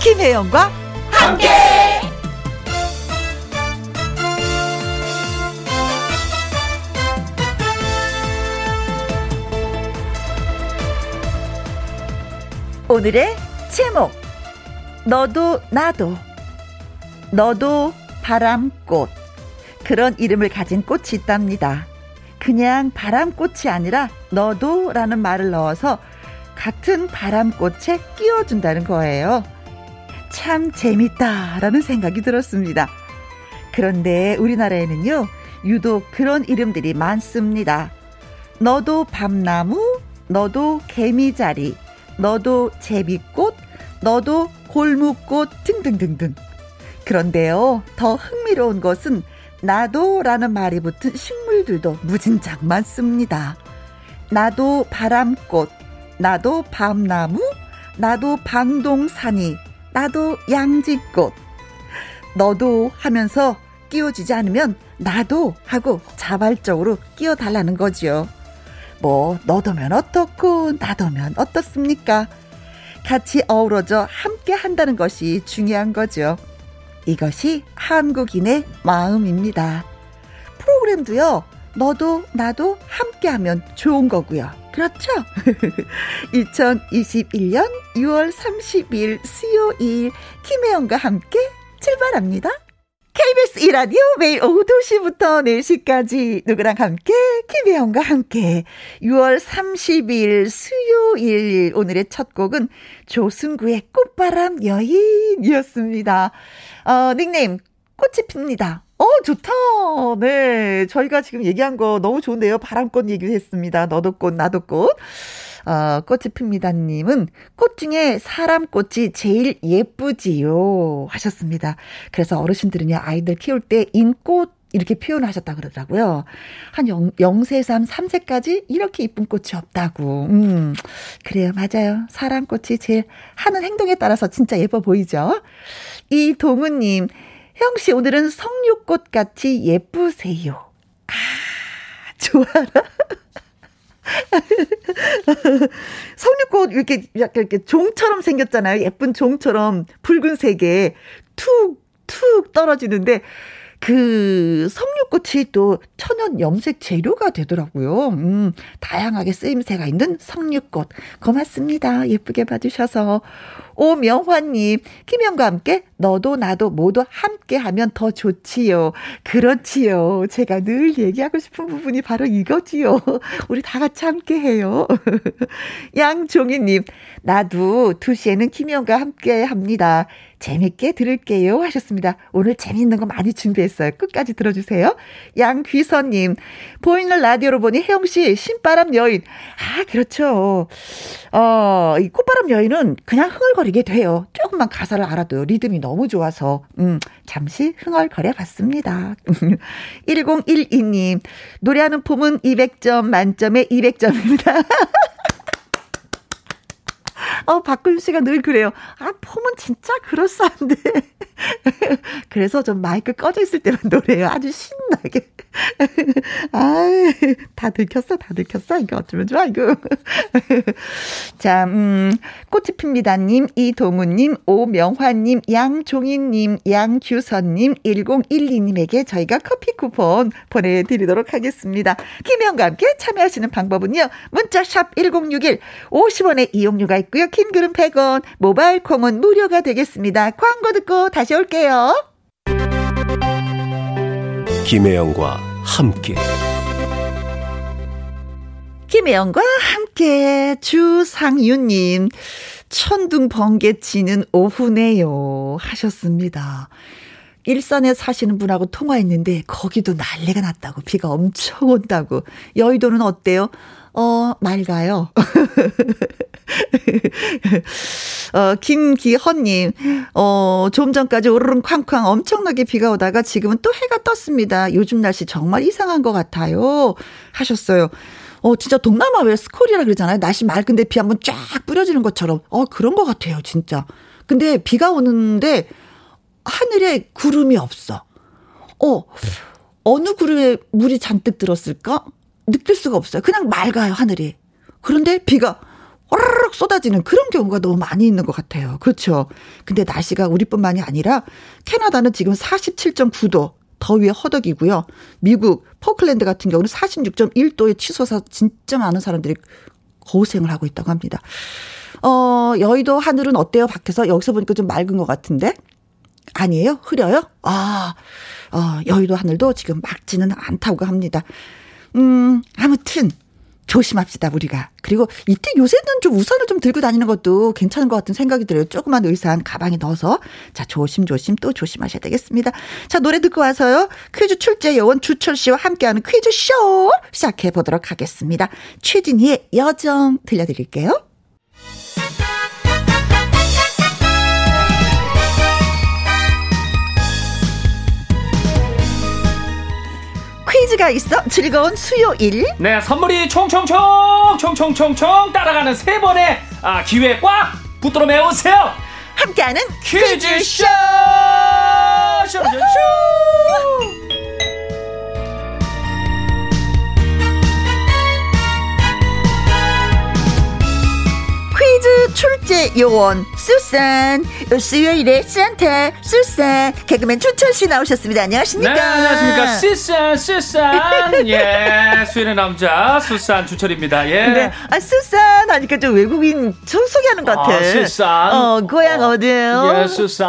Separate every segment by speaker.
Speaker 1: 김혜영과 함께. 오늘의 제목 너도 나도 너도 바람꽃 그런 이름을 가진 꽃이 있답니다. 그냥 바람꽃이 아니라 너도라는 말을 넣어서 같은 바람꽃에 끼워준다는 거예요. 참 재밌다라는 생각이 들었습니다. 그런데 우리나라에는요, 유독 그런 이름들이 많습니다. 너도 밤나무, 너도 개미자리, 너도 제비꽃, 너도 골무꽃 등등등등. 그런데요, 더 흥미로운 것은 나도라는 말이 붙은 식물들도 무진장 많습니다. 나도 바람꽃, 나도 밤나무, 나도 방동산이, 나도 양지꽃. 너도 하면서 끼워주지 않으면 나도 하고 자발적으로 끼워달라는 거지요. 뭐, 너도면 어떻고, 나도면 어떻습니까? 같이 어우러져 함께 한다는 것이 중요한 거죠. 이것이 한국인의 마음입니다. 프로그램도요, 너도 나도 함께하면 좋은 거고요. 그렇죠? 2021년 6월 30일 수요일 김혜영과 함께 출발합니다. KBS 1라디오 매일 오후 2시부터 4시까지 누구랑 함께 김혜영과 함께 6월 30일 수요일 오늘의 첫 곡은 조승구의 꽃바람 여인이었습니다. 어, 닉네임 꽃이 핍니다. 어, 좋다. 네. 저희가 지금 얘기한 거 너무 좋은데요. 바람꽃 얘기를 했습니다. 너도 꽃, 나도 꽃. 어, 꽃이 핍니다님은 꽃 중에 사람 꽃이 제일 예쁘지요. 하셨습니다. 그래서 어르신들은요, 아이들 키울 때 인꽃 이렇게 표현하셨다 그러더라고요. 한 0, 0세삼 3세까지 이렇게 이쁜 꽃이 없다고. 음, 그래요. 맞아요. 사람 꽃이 제일 하는 행동에 따라서 진짜 예뻐 보이죠. 이동우님. 혜영 씨 오늘은 석류꽃 같이 예쁘세요. 아, 좋아라. 석류꽃 이렇게 약간 이렇게 종처럼 생겼잖아요. 예쁜 종처럼 붉은색에 툭툭 떨어지는데 그 석류꽃이 또 천연 염색 재료가 되더라고요. 음, 다양하게 쓰임새가 있는 석류꽃. 고맙습니다. 예쁘게 봐주셔서. 오명환님, 김영과 함께 너도 나도 모두 함께 하면 더 좋지요. 그렇지요. 제가 늘 얘기하고 싶은 부분이 바로 이거지요. 우리 다 같이 함께 해요. 양종희님, 나도 2시에는 김영과 함께 합니다. 재밌게 들을게요 하셨습니다. 오늘 재밌는 거 많이 준비했어요. 끝까지 들어주세요. 양귀선님, 보이는 라디오로 보니 혜영씨, 신바람 여인. 아, 그렇죠. 어, 이 꽃바람 여인은 그냥 흥얼거리게 돼요. 조금만 가사를 알아도 리듬이 너무 좋아서. 음, 잠시 흥얼거려 봤습니다. 1012님, 노래하는 폼은 200점 만점에 200점입니다. 어, 박근 씨가 늘 그래요. 아, 폼은 진짜 그럴싸한데. 그래서 좀 마이크 꺼져 있을 때만 노래해요. 아주 신나게. 아, 다 들켰어, 다 들켰어. 이거 어쩌면 좋아, 이거. 자, 음, 꽃이 핍니다님, 이동우님, 오명화님, 양종인님, 양규선님, 1012님에게 저희가 커피 쿠폰 보내드리도록 하겠습니다. 김혜영과 함께 참여하시는 방법은요. 문자샵 1061, 50원의 이용료가 있고요. 긴 글은 100원, 모바일 콩은 무료가 되겠습니다. 광고 듣고 다시 올게요.
Speaker 2: 김혜영과 함께
Speaker 1: 김혜영과 함께 주상윤님 천둥 번개 치는 오후네요 하셨습니다. 일산에 사시는 분하고 통화했는데 거기도 난리가 났다고 비가 엄청 온다고 여의도는 어때요? 어, 맑아요. 어, 김기헌님, 어, 좀 전까지 오르릉 쾅쾅 엄청나게 비가 오다가 지금은 또 해가 떴습니다. 요즘 날씨 정말 이상한 것 같아요. 하셨어요. 어, 진짜 동남아 왜 스콜이라 그러잖아요. 날씨 맑은데 비 한번 쫙 뿌려지는 것처럼. 어, 그런 것 같아요, 진짜. 근데 비가 오는데 하늘에 구름이 없어. 어, 어느 구름에 물이 잔뜩 들었을까? 느낄 수가 없어요. 그냥 맑아요, 하늘이. 그런데 비가 오르륵 쏟아지는 그런 경우가 너무 많이 있는 것 같아요. 그렇죠. 근데 날씨가 우리뿐만이 아니라 캐나다는 지금 47.9도 더위에 허덕이고요. 미국 포클랜드 같은 경우는 46.1도의 치솟아 진짜 많은 사람들이 고생을 하고 있다고 합니다. 어, 여의도 하늘은 어때요? 밖에서 여기서 보니까 좀 맑은 것 같은데 아니에요? 흐려요? 아, 어, 여의도 하늘도 지금 맑지는 않다고 합니다. 음, 아무튼 조심합시다 우리가. 그리고 이때 요새는 좀 우산을 좀 들고 다니는 것도 괜찮은 것 같은 생각이 들어요. 조그만 의산 가방에 넣어서 자 조심조심 또 조심하셔야 되겠습니다. 자 노래 듣고 와서요 퀴즈 출제 요원 주철 씨와 함께하는 퀴즈 쇼 시작해 보도록 하겠습니다. 최진희의 여정 들려드릴게요. 퀴즈가 있어 즐거운 수요일.
Speaker 3: 네, 선물이 총총총 총총총총 따라가는 세 번의 아, 기회 꽉 붙들어 메우세요.
Speaker 1: 함께하는
Speaker 3: 퀴즈쇼! 쇼쇼쇼!
Speaker 1: 퀴즈 출제 요원 수산 수요일에 산타 수산 개그맨 추철 씨 나오셨습니다. 안녕하십니까?
Speaker 3: 네, 안녕하십니까. 수산, 수산. 예, 수인의 남자, 수산 주철입니다. 예.
Speaker 1: 네. 아, 수산 하니까 좀 외국인 좀 소개하는 것 같아. 네.
Speaker 3: 아, 수산.
Speaker 1: 어, 고향 어, 디예요
Speaker 3: 예, 수산.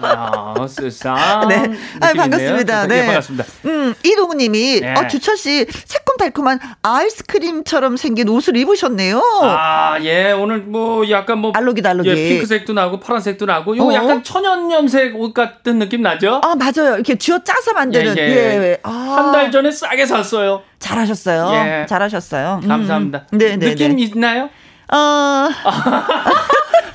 Speaker 3: 아, 수산.
Speaker 1: 네. 아,
Speaker 3: 느낌 있네요.
Speaker 1: 반갑습니다.
Speaker 3: 수산.
Speaker 1: 네.
Speaker 3: 예, 반갑습니다.
Speaker 1: 음, 이동우 님이,
Speaker 3: 네.
Speaker 1: 어, 주철 씨, 새콤달콤한 아이스크림처럼 생긴 옷을 입으셨네요.
Speaker 3: 아, 예, 오늘 뭐 약간 뭐
Speaker 1: 어. 알록이다, 알록이.
Speaker 3: 예, 핑크색도 나고 파란색도 나고 요
Speaker 1: 어?
Speaker 3: 약간 천연염색 옷 같은 느낌 나죠?
Speaker 1: 아, 맞아요. 이렇게 쥐어 짜서 만드는.
Speaker 3: 예,
Speaker 1: 예,
Speaker 3: 예.
Speaker 1: 아.
Speaker 3: 한 달 전에 싸게 샀어요.
Speaker 1: 잘하셨어요.
Speaker 3: 예.
Speaker 1: 잘하셨어요. 음.
Speaker 3: 감사합니다. 아.
Speaker 1: 네, 네.
Speaker 3: 느낌
Speaker 1: 네.
Speaker 3: 있나요?
Speaker 1: 어,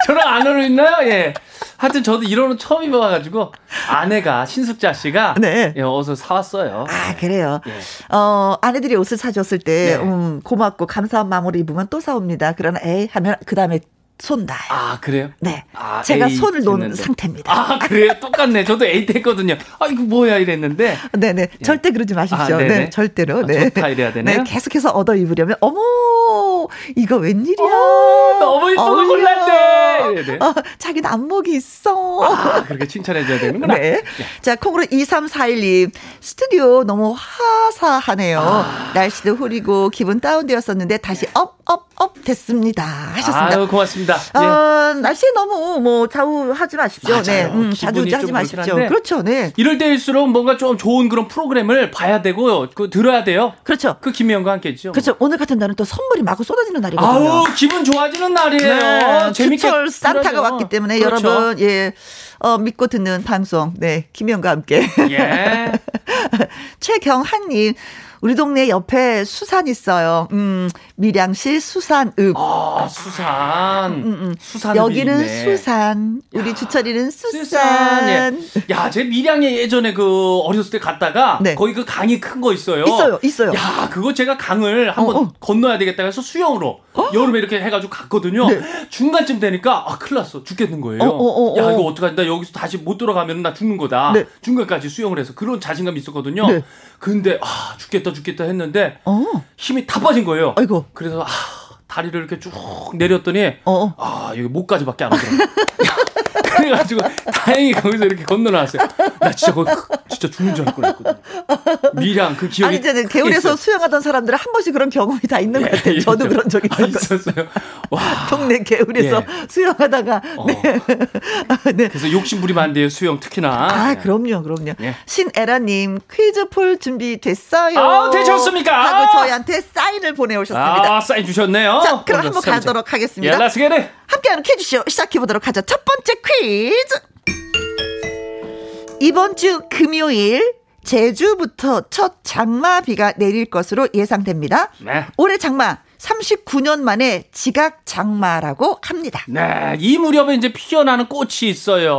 Speaker 3: 저랑 안 어울리나요? 예. 하여튼 저도 이런 옷 처음 입어가지고 아내가 신숙자 씨가
Speaker 1: 네.
Speaker 3: 예, 어서 사왔어요.
Speaker 1: 아, 그래요.
Speaker 3: 예.
Speaker 1: 어, 아내들이 옷을 사줬을 때,
Speaker 3: 네.
Speaker 1: 음, 고맙고 감사한 마음으로 입으면 또 사옵니다. 그러나, 에이, 하면, 그 다음에 손 놔요.
Speaker 3: 아 그래요?
Speaker 1: 네.
Speaker 3: 아,
Speaker 1: 제가
Speaker 3: 에이,
Speaker 1: 손을 놓은
Speaker 3: 했는데.
Speaker 1: 상태입니다.
Speaker 3: 아 그래요? 똑같네. 저도 에이트 했거든요. 아 이거 뭐야 이랬는데
Speaker 1: 네네. 절대 그러지 마십시오.
Speaker 3: 아, 네네.
Speaker 1: 네, 절대로.
Speaker 3: 아,
Speaker 1: 네.
Speaker 3: 좋다 이래야 되나요?
Speaker 1: 네, 계속해서 얻어 입으려면, 어머, 이거 웬일이야.
Speaker 3: 어, 너무 이쁜 걸
Speaker 1: 어울려.
Speaker 3: 골랐네. 이래야 돼요?
Speaker 1: 어, 자기는 안목이 있어.
Speaker 3: 아, 예. 그렇게 칭찬해줘야 되는구나.
Speaker 1: 네. 자, 콩으로 2341님. 스튜디오 너무 화사하네요.
Speaker 3: 아.
Speaker 1: 날씨도 흐리고 기분 다운되었었는데 다시
Speaker 3: 예.
Speaker 1: 업, 업, 업 됐습니다. 하셨습니다.
Speaker 3: 아유 고맙습니다. 예.
Speaker 1: 어, 날씨 너무 뭐 좌우하지 마십시오.
Speaker 3: 맞아요.
Speaker 1: 네. 음, 좌우하지
Speaker 3: 기분이 좀 그렇긴
Speaker 1: 마십시오.
Speaker 3: 한데.
Speaker 1: 그렇죠. 네.
Speaker 3: 이럴 때일수록 뭔가 좀 좋은 그런 프로그램을 봐야 되고 그 들어야 돼요.
Speaker 1: 그렇죠.
Speaker 3: 그 김혜영과 함께했죠.
Speaker 1: 그렇죠. 오늘 같은 날은 또 선물이 마구 쏟아지는 날이거든요.
Speaker 3: 아우 기분 좋아지는 날이에요.
Speaker 1: 네,
Speaker 3: 재밌게
Speaker 1: 추철 산타가
Speaker 3: 들어야죠.
Speaker 1: 왔기 때문에
Speaker 3: 그렇죠.
Speaker 1: 여러분 예 어, 믿고 듣는 방송 네 김영과 함께
Speaker 3: 예.
Speaker 1: 최경한님 우리 동네 옆에 수산 있어요. 음 밀양시 수산읍
Speaker 3: 아 수산. 수산
Speaker 1: 음, 여기는
Speaker 3: 있네.
Speaker 1: 수산 우리 주철이는 수산.
Speaker 3: 수산. 예. 야, 제 밀양에 예전에 그 어렸을 때 갔다가
Speaker 1: 네.
Speaker 3: 거기 그 강이 큰 거 있어요.
Speaker 1: 있어요, 있어요.
Speaker 3: 야, 그거 제가 강을 한번
Speaker 1: 어, 어.
Speaker 3: 건너야 되겠다 해서 수영으로 여름에 이렇게 해가지고 갔거든요. 중간쯤 되니까 아, 큰일 났어. 죽겠는 거예요.
Speaker 1: 네. 어, 어, 어,
Speaker 3: 야, 이거
Speaker 1: 어.
Speaker 3: 어떡하지? 나 여기서 다시 못 돌아가면 나 죽는 거다.
Speaker 1: 네.
Speaker 3: 중간까지 수영을 해서 그런 자신감이 있었거든요.
Speaker 1: 네.
Speaker 3: 근데 아, 죽겠다, 죽겠다 했는데
Speaker 1: 어
Speaker 3: 힘이 다 빠진 거예요.
Speaker 1: 아이고
Speaker 3: 그래서 아, 다리를 이렇게 쭉 내렸더니
Speaker 1: 어.
Speaker 3: 아, 여기 목까지밖에 안 오더라고요. 그래가지고 다행히 거기서 이렇게 건너나왔어요. 나 진짜 거기 진짜 죽는 줄 알 뻔했거든요. 미량 그 기억이
Speaker 1: 아니 이제
Speaker 3: 크게
Speaker 1: 개울에서
Speaker 3: 있어요. 예,
Speaker 1: 수영하던 사람들은 한 번씩 그런 경험이 다 있는 것 같아요. 저도 그런 적이
Speaker 3: 아,
Speaker 1: 있었거든요.
Speaker 3: 있었어요. 와.
Speaker 1: 동네 개울에서
Speaker 3: 예.
Speaker 1: 수영하다가
Speaker 3: 어.
Speaker 1: 네. 아, 네.
Speaker 3: 그래서 욕심 부리면 안 돼요. 수영 특히나.
Speaker 1: 아,
Speaker 3: 예.
Speaker 1: 그럼요, 그럼요.
Speaker 3: 예.
Speaker 1: 신에라님, 퀴즈 풀 준비 됐어요.
Speaker 3: 아, 되셨습니까?
Speaker 1: 하고 저희한테 사인을 보내오셨습니다.
Speaker 3: 아, 사인 주셨네요.
Speaker 1: 자, 그럼
Speaker 3: 먼저
Speaker 1: 한번
Speaker 3: 사인 좀.
Speaker 1: 가도록
Speaker 3: 예,
Speaker 1: 하겠습니다.
Speaker 3: let's get it.
Speaker 1: 함께하는 퀴즈쇼 시작해보도록 하죠. 첫 번째 퀴즈. 이번 주 금요일, 제주부터 첫 장마비가 내릴 것으로 예상됩니다.
Speaker 3: 네.
Speaker 1: 올해 장마 39년 만에 지각 장마라고 합니다.
Speaker 3: 네, 이 무렵에 이제 피어나는 꽃이 있어요.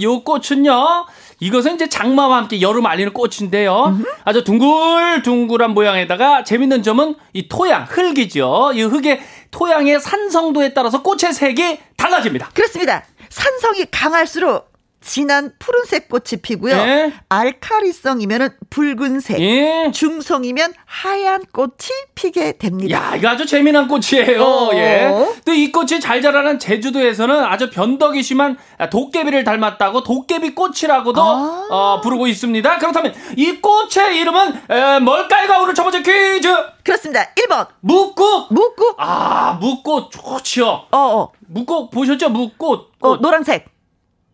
Speaker 3: 요 꽃은요, 이것은 이제 장마와 함께 여름 알리는 꽃인데요. 아주 둥글둥글한 모양에다가 재밌는 점은 이 토양, 흙이죠. 이 흙의 토양의 산성도에 따라서 꽃의 색이 달라집니다.
Speaker 1: 그렇습니다. 산성이 강할수록 진한 푸른색 꽃이 피고요.
Speaker 3: 예.
Speaker 1: 알카리성이면은 붉은색,
Speaker 3: 예.
Speaker 1: 중성이면 하얀 꽃이 피게 됩니다.
Speaker 3: 야, 이거 아주 재미난 꽃이에요.
Speaker 1: 어.
Speaker 3: 예. 또 이 꽃이 잘 자라는 제주도에서는 아주 변덕이 심한 도깨비를 닮았다고 도깨비 꽃이라고도
Speaker 1: 아.
Speaker 3: 어, 부르고 있습니다. 그렇다면 이 꽃의 이름은 에, 뭘까요?가 오늘 첫 번째 퀴즈.
Speaker 1: 그렇습니다. 1번
Speaker 3: 묵꽃.
Speaker 1: 묵국.
Speaker 3: 아, 묵꽃 좋지요.
Speaker 1: 어, 어.
Speaker 3: 묵꽃 보셨죠? 묵꽃.
Speaker 1: 어,
Speaker 3: 꽃.
Speaker 1: 노란색,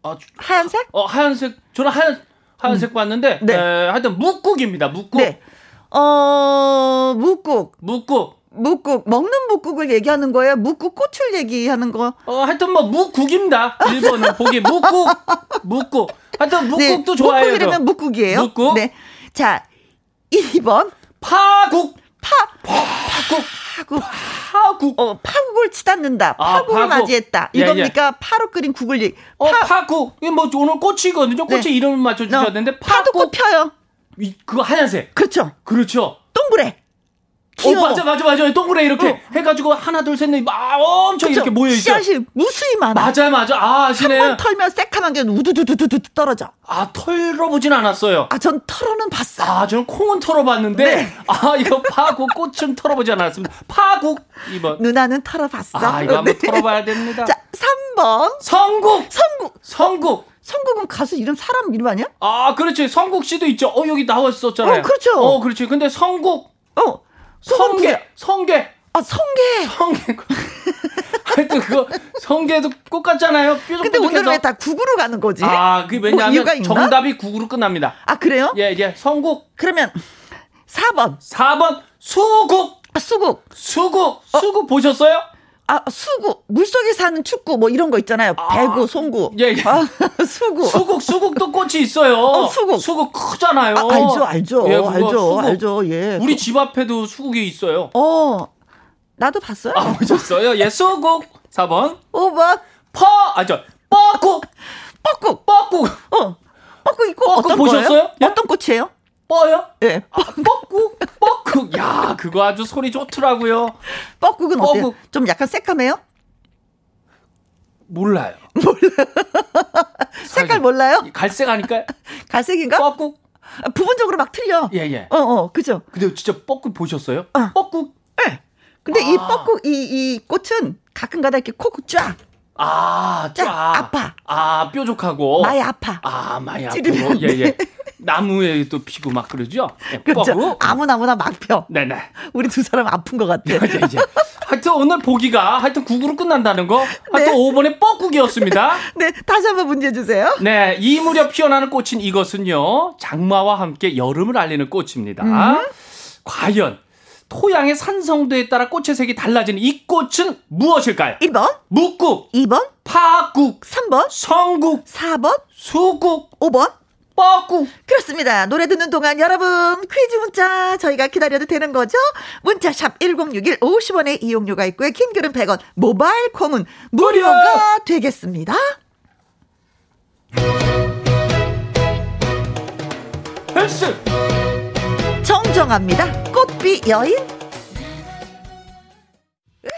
Speaker 3: 아, 주-
Speaker 1: 하얀색?
Speaker 3: 어, 하얀색. 저는 하얀 하얀색 봤는데
Speaker 1: 네.
Speaker 3: 에, 하여튼 묵국입니다. 묵국.
Speaker 1: 네. 어, 묵국.
Speaker 3: 묵국.
Speaker 1: 묵국 먹는 묵국을 얘기하는 거예요. 묵국 꽃을 얘기하는 거.
Speaker 3: 어, 하여튼 뭐 묵국입니다. 1번은 보기 묵국. 묵국. 하여튼 묵국도 좋아해요.
Speaker 1: 네, 묵국 이러면
Speaker 3: 저.
Speaker 1: 묵국이에요.
Speaker 3: 묵국.
Speaker 1: 네. 자, 2번
Speaker 3: 파국.
Speaker 1: 파 파국 파국
Speaker 3: 파국.
Speaker 1: 어, 파국을 치닫는다.
Speaker 3: 아,
Speaker 1: 파국을
Speaker 3: 파국.
Speaker 1: 맞이했다.
Speaker 3: 예,
Speaker 1: 이겁니까? 파로 끓인 국을 얘기.
Speaker 3: 어,
Speaker 1: 파,
Speaker 3: 파... 국 이게 뭐 오늘 꽃이거든요. 꽃의
Speaker 1: 네.
Speaker 3: 이름을
Speaker 1: 어,
Speaker 3: 맞춰주셨는데
Speaker 1: 파도 꽃
Speaker 3: 파국.
Speaker 1: 펴요.
Speaker 3: 이, 그거 하얀색.
Speaker 1: 그렇죠.
Speaker 3: 그렇죠.
Speaker 1: 동그래.
Speaker 3: 어,
Speaker 1: 귀여워.
Speaker 3: 맞아, 맞아, 맞아. 동그랗게 이렇게
Speaker 1: 어.
Speaker 3: 해가지고 하나, 둘, 셋, 넷, 막 엄청
Speaker 1: 그렇죠.
Speaker 3: 이렇게 모여있어요.
Speaker 1: 씨앗이 무수히 많아.
Speaker 3: 맞아, 맞아. 아, 아시네.
Speaker 1: 한번 털면 새카만 게 우두두두두두 떨어져.
Speaker 3: 아, 털어보진 않았어요.
Speaker 1: 아, 전 털어는 봤어.
Speaker 3: 아, 저는 콩은 털어봤는데,
Speaker 1: 네.
Speaker 3: 아, 이거 파국, 꽃은 털어보지 않았습니다. 파국, 이번.
Speaker 1: 누나는 털어봤어.
Speaker 3: 아, 이거 한번
Speaker 1: 네.
Speaker 3: 털어봐야 됩니다.
Speaker 1: 자, 3번.
Speaker 3: 성국!
Speaker 1: 성국.
Speaker 3: 성국!
Speaker 1: 성국은 가수 이름 사람 이름 아니야?
Speaker 3: 아, 그렇지. 성국 씨도 있죠. 어, 여기 나왔었잖아요.
Speaker 1: 어, 그렇죠.
Speaker 3: 어, 그렇지. 근데 성국,
Speaker 1: 어.
Speaker 3: 성계, 성계,
Speaker 1: 아, 성게.
Speaker 3: 성계. 하여튼 그거, 성계도 꽃 같잖아요. 뾰족뾰족해서.
Speaker 1: 근데 오늘은 왜 다 국으로 가는 거지? 뭐
Speaker 3: 아, 그게 왜냐하면
Speaker 1: 이유가 있나?
Speaker 3: 정답이 국으로 끝납니다.
Speaker 1: 아, 그래요?
Speaker 3: 예, 예. 성국.
Speaker 1: 그러면 4번.
Speaker 3: 4번, 수국!
Speaker 1: 아, 수국.
Speaker 3: 수국! 수국 보셨어요?
Speaker 1: 아, 수구. 물속에 사는 축구 뭐 이런 거 있잖아요. 배구, 송구.
Speaker 3: 예, 예.
Speaker 1: 아, 수구.
Speaker 3: 수국, 수국도 꽃이 있어요.
Speaker 1: 어, 수국.
Speaker 3: 수국 크잖아요.
Speaker 1: 아, 알죠, 알죠.
Speaker 3: 예, 그거
Speaker 1: 알죠,
Speaker 3: 수국.
Speaker 1: 알죠. 예.
Speaker 3: 우리 집 앞에도 수국이 있어요.
Speaker 1: 어. 나도 봤어요.
Speaker 3: 아, 보셨어요? 예, 수국. 4번.
Speaker 1: 오 5번.
Speaker 3: 퍼, 아, 저, 뻐국,
Speaker 1: 뻐국.
Speaker 3: 뻐국,
Speaker 1: 어. 뻐국 이거
Speaker 3: 뻐국
Speaker 1: 어떤
Speaker 3: 보셨어요?
Speaker 1: 거예요?
Speaker 3: 예?
Speaker 1: 어떤 꽃이에요?
Speaker 3: 뻐요?
Speaker 1: 예.
Speaker 3: 아, 뻐국, 뻐국. 야, 그거 아주 소리 좋더라고요.
Speaker 1: 뻐국은 어때요?
Speaker 3: 뻐국. 아,
Speaker 1: 좀 약간 새카매요?
Speaker 3: 몰라요.
Speaker 1: 색깔 뭐- 몰라요?
Speaker 3: 갈색 아닐까요?
Speaker 1: 갈색인가?
Speaker 3: 예. 뻐국?
Speaker 1: 아, 부분적으로 막 틀려.
Speaker 3: 예, 예.
Speaker 1: 어, 어, 그죠?
Speaker 3: 근데 진짜 뻐국 보셨어요?
Speaker 1: 어.
Speaker 3: 뻐국?
Speaker 1: 예. 근데 이
Speaker 3: 아.
Speaker 1: 뻐국, 이, 이 꽃은 가끔가다 이렇게 코 쫙,
Speaker 3: 아, 쫙.
Speaker 1: 야, 아파.
Speaker 3: 아, 뾰족하고.
Speaker 1: 많이 아파.
Speaker 3: 아, 많이
Speaker 1: 찌르면
Speaker 3: 아프고.
Speaker 1: 안
Speaker 3: 예,
Speaker 1: 돼.
Speaker 3: 예. 나무에 또 피고 막 그러죠? 예,
Speaker 1: 그렇죠?
Speaker 3: 뻐국.
Speaker 1: 아무나무나 막 펴.
Speaker 3: 네네.
Speaker 1: 우리 두 사람 아픈 것 같아.
Speaker 3: 예, 예. 하여튼 오늘 보기가 하여튼 국으로 끝난다는 거.
Speaker 1: 네.
Speaker 3: 하여튼 5번의 뻐국이었습니다.
Speaker 1: 네, 다시 한번 문제 주세요.
Speaker 3: 네, 이 무렵 피어나는 꽃인 이것은요, 장마와 함께 여름을 알리는 꽃입니다. 과연 토양의 산성도에 따라 꽃의 색이 달라지는 이 꽃은 무엇일까요?
Speaker 1: 1번,
Speaker 3: 묵국,
Speaker 1: 2번,
Speaker 3: 파국,
Speaker 1: 3번,
Speaker 3: 성국,
Speaker 1: 4번,
Speaker 3: 수국,
Speaker 1: 5번.
Speaker 3: 뻐국.
Speaker 1: 그렇습니다. 노래 듣는 동안 여러분 퀴즈 문자 저희가 기다려도 되는 거죠? 문자 샵 1061 50원의 이용료가 있고요. 긴 글은 100원, 모바일 콩은 무료가 되겠습니다.
Speaker 3: 헬스!
Speaker 1: 정정합니다. 꽃비 여인. 으흐,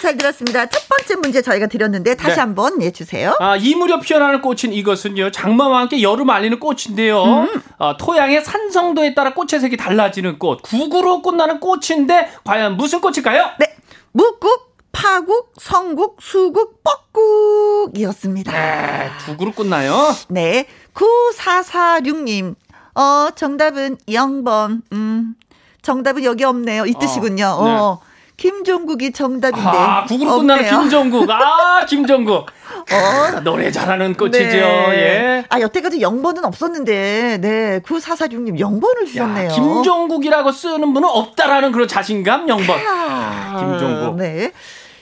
Speaker 1: 잘 들었습니다. 첫 번째 문제 저희가 드렸는데 다시
Speaker 3: 네.
Speaker 1: 한번 내주세요.
Speaker 3: 아, 이 무렵 피어나는 꽃인 이것은요, 장마와 함께 여름 알리는 꽃인데요.
Speaker 1: 음.
Speaker 3: 아, 토양의 산성도에 따라 꽃의 색이 달라지는 꽃, 국으로 꽃나는 꽃인데, 과연 무슨 꽃일까요?
Speaker 1: 네, 묵국, 파국, 성국, 수국, 뻐국이었습니다.
Speaker 3: 네, 두 그룹 끝나요.
Speaker 1: 네, 9446님. 어, 정답은 0번. 음, 정답은 여기 없네요. 이 뜻이군요.
Speaker 3: 어,
Speaker 1: 어,
Speaker 3: 네.
Speaker 1: 김종국이 정답인데.
Speaker 3: 아, 국으로 끝나는
Speaker 1: 네, 없네요.
Speaker 3: 김정국. 아, 김정국. 어, 노래 잘하는 꽃이죠.
Speaker 1: 네.
Speaker 3: 예.
Speaker 1: 아, 여태까지 0번은 없었는데, 네. 9446님 0번을 주셨네요.
Speaker 3: 야, 김종국이라고 쓰는 분은 없다라는 그런 자신감 0번.
Speaker 1: 아,
Speaker 3: 김종국.
Speaker 1: 네.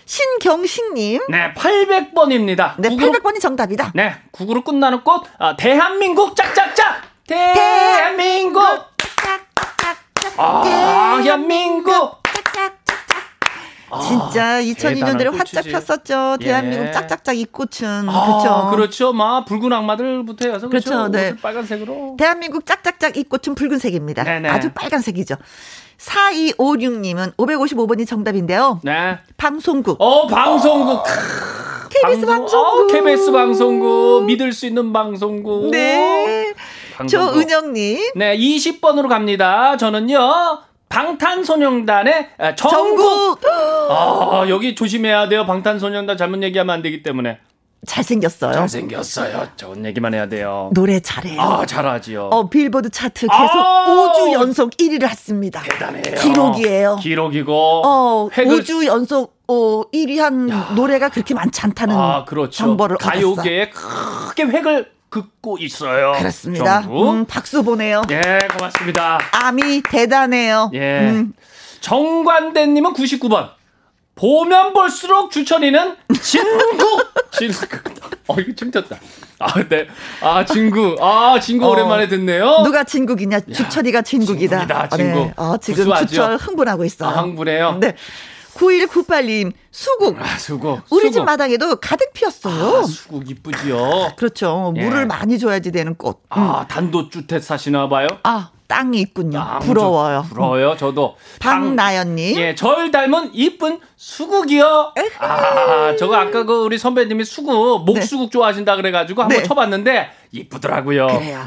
Speaker 1: 신경식님.
Speaker 3: 네, 800번입니다.
Speaker 1: 네, 800번이 정답이다.
Speaker 3: 네, 국으로 끝나는 꽃. 아, 대한민국 짝짝짝. 대한민국. 아, 대한민국.
Speaker 1: 진짜 2002년대에
Speaker 3: 아, 대단한
Speaker 1: 활짝
Speaker 3: 꽃이지.
Speaker 1: 폈었죠.
Speaker 3: 예.
Speaker 1: 대한민국 짝짝짝 이 꽃은.
Speaker 3: 아,
Speaker 1: 그렇죠.
Speaker 3: 그렇죠. 막 붉은 악마들부터 해서 그렇죠.
Speaker 1: 그렇죠, 네.
Speaker 3: 옷을 빨간색으로.
Speaker 1: 대한민국 짝짝짝 이 꽃은 붉은색입니다.
Speaker 3: 네네.
Speaker 1: 아주 빨간색이죠. 4256님은 555번이 정답인데요.
Speaker 3: 네.
Speaker 1: 방송국.
Speaker 3: 어, 방송국. 크,
Speaker 1: KBS 아, 방송국.
Speaker 3: 어, KBS 방송국 믿을 수 있는 방송국.
Speaker 1: 네.
Speaker 3: 방송국.
Speaker 1: 조은영님.
Speaker 3: 네, 20번으로 갑니다. 저는요. 방탄소년단의 아,
Speaker 1: 정국.
Speaker 3: 정국. 아, 여기 조심해야 돼요. 방탄소년단 잘못 얘기하면 안 되기 때문에.
Speaker 1: 잘생겼어요.
Speaker 3: 잘생겼어요. 좋은 얘기만 해야 돼요.
Speaker 1: 노래 잘해요.
Speaker 3: 아, 잘하지요.
Speaker 1: 네. 어, 빌보드 차트 계속
Speaker 3: 아우.
Speaker 1: 5주 연속 1위를 했습니다.
Speaker 3: 대단해요.
Speaker 1: 기록이에요.
Speaker 3: 기록이고.
Speaker 1: 어,
Speaker 3: 획을
Speaker 1: 5주 연속 어, 1위 한 노래가 그렇게 많지 않다는
Speaker 3: 아, 그렇죠.
Speaker 1: 정보를 얻었어.
Speaker 3: 가요계에 크게 획을 긋고 있어요.
Speaker 1: 그렇습니다.
Speaker 3: 정국.
Speaker 1: 음, 박수 보내요.
Speaker 3: 예, 고맙습니다.
Speaker 1: 암이 대단해요.
Speaker 3: 예.
Speaker 1: 음,
Speaker 3: 정관대님은 99번. 보면 볼수록 주천이는 진구! 진구. 어, 이거 춤췄다. 아, 네. 아, 진구. 아, 진구
Speaker 1: 어.
Speaker 3: 오랜만에 듣네요.
Speaker 1: 누가 진국이냐? 주철이가 진국이다.
Speaker 3: 진국이다, 진국.
Speaker 1: 네. 어, 지금
Speaker 3: 구수하죠?
Speaker 1: 주철 흥분하고 있어요.
Speaker 3: 아, 흥분해요?
Speaker 1: 네. 9198님, 수국.
Speaker 3: 아, 수고.
Speaker 1: 우리
Speaker 3: 수고.
Speaker 1: 집 마당에도 가득 피었어요.
Speaker 3: 아, 수국 이쁘지요.
Speaker 1: 그렇죠.
Speaker 3: 예.
Speaker 1: 물을 많이 줘야지 되는 꽃. 음.
Speaker 3: 아, 단독주택 사시나 봐요?
Speaker 1: 아, 땅이 있군요.
Speaker 3: 아, 아무튼
Speaker 1: 부러워요.
Speaker 3: 부러워요, 저도. 당-
Speaker 1: 박나연님.
Speaker 3: 예, 절 닮은 이쁜 수국이요. 아, 저거 아까 그 우리 선배님이 수국, 목수국 좋아하신다 그래가지고 한번
Speaker 1: 네.
Speaker 3: 쳐봤는데 이쁘더라고요.
Speaker 1: 그래요.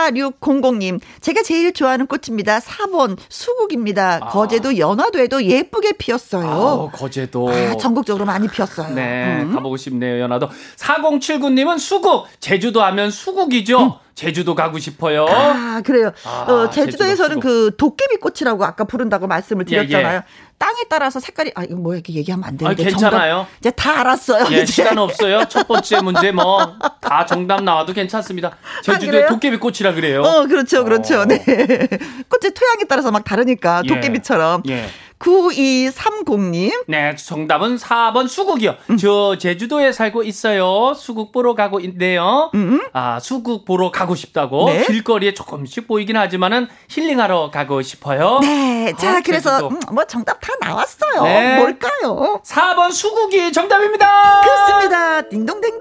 Speaker 1: 4600님. 제가 제일 좋아하는 꽃입니다. 4번 수국입니다. 거제도 연화도에도 예쁘게
Speaker 3: 아. 아우,
Speaker 1: 피었어요.
Speaker 3: 거제도.
Speaker 1: 아, 음. 전국적으로 많이 피었어요.
Speaker 3: 네, 가보고 싶네요, 연하도. 4079님은 수국. 제주도 하면 수국이죠. 제주도 가고 싶어요.
Speaker 1: 음.
Speaker 3: 예,
Speaker 1: 아, 그래요.
Speaker 3: 아,
Speaker 1: 어, 제주도에서는
Speaker 3: 제주도 수국.
Speaker 1: 그 도깨비 꽃이라고 아까 부른다고 말씀을
Speaker 3: 예, 예.
Speaker 1: 드렸잖아요. 땅에 따라서 색깔이 아 이거 뭐야 이렇게 얘기하면 안 되는데
Speaker 3: 아, 괜찮아요.
Speaker 1: 정답 이제 다 알았어요.
Speaker 3: 예,
Speaker 1: 이제.
Speaker 3: 시간 없어요. 첫 번째 문제 뭐 다 정답 나와도 괜찮습니다. 제주도에
Speaker 1: 아, 그래요?
Speaker 3: 도깨비 꽃이라 그래요.
Speaker 1: 어, 그렇죠, 그렇죠.
Speaker 3: 어.
Speaker 1: 네. 꽃의 토양에 따라서 막 다르니까
Speaker 3: 예.
Speaker 1: 도깨비처럼.
Speaker 3: 예.
Speaker 1: 9230님.
Speaker 3: 네, 정답은 4번 수국이요.
Speaker 1: 음.
Speaker 3: 저 제주도에 살고 있어요. 수국 보러 가고 있는데요. 아, 수국 보러 가고 싶다고.
Speaker 1: 음. 네.
Speaker 3: 길거리에 조금씩 보이긴 하지만은 힐링하러 가고 싶어요.
Speaker 1: 네. 자,
Speaker 3: 아,
Speaker 1: 그래서
Speaker 3: 제주도.
Speaker 1: 음, 뭐 정답 다 나왔어요.
Speaker 3: 네.
Speaker 1: 뭘까요?
Speaker 3: 4번 수국이 정답입니다.
Speaker 1: 그렇습니다. 딩동댕동.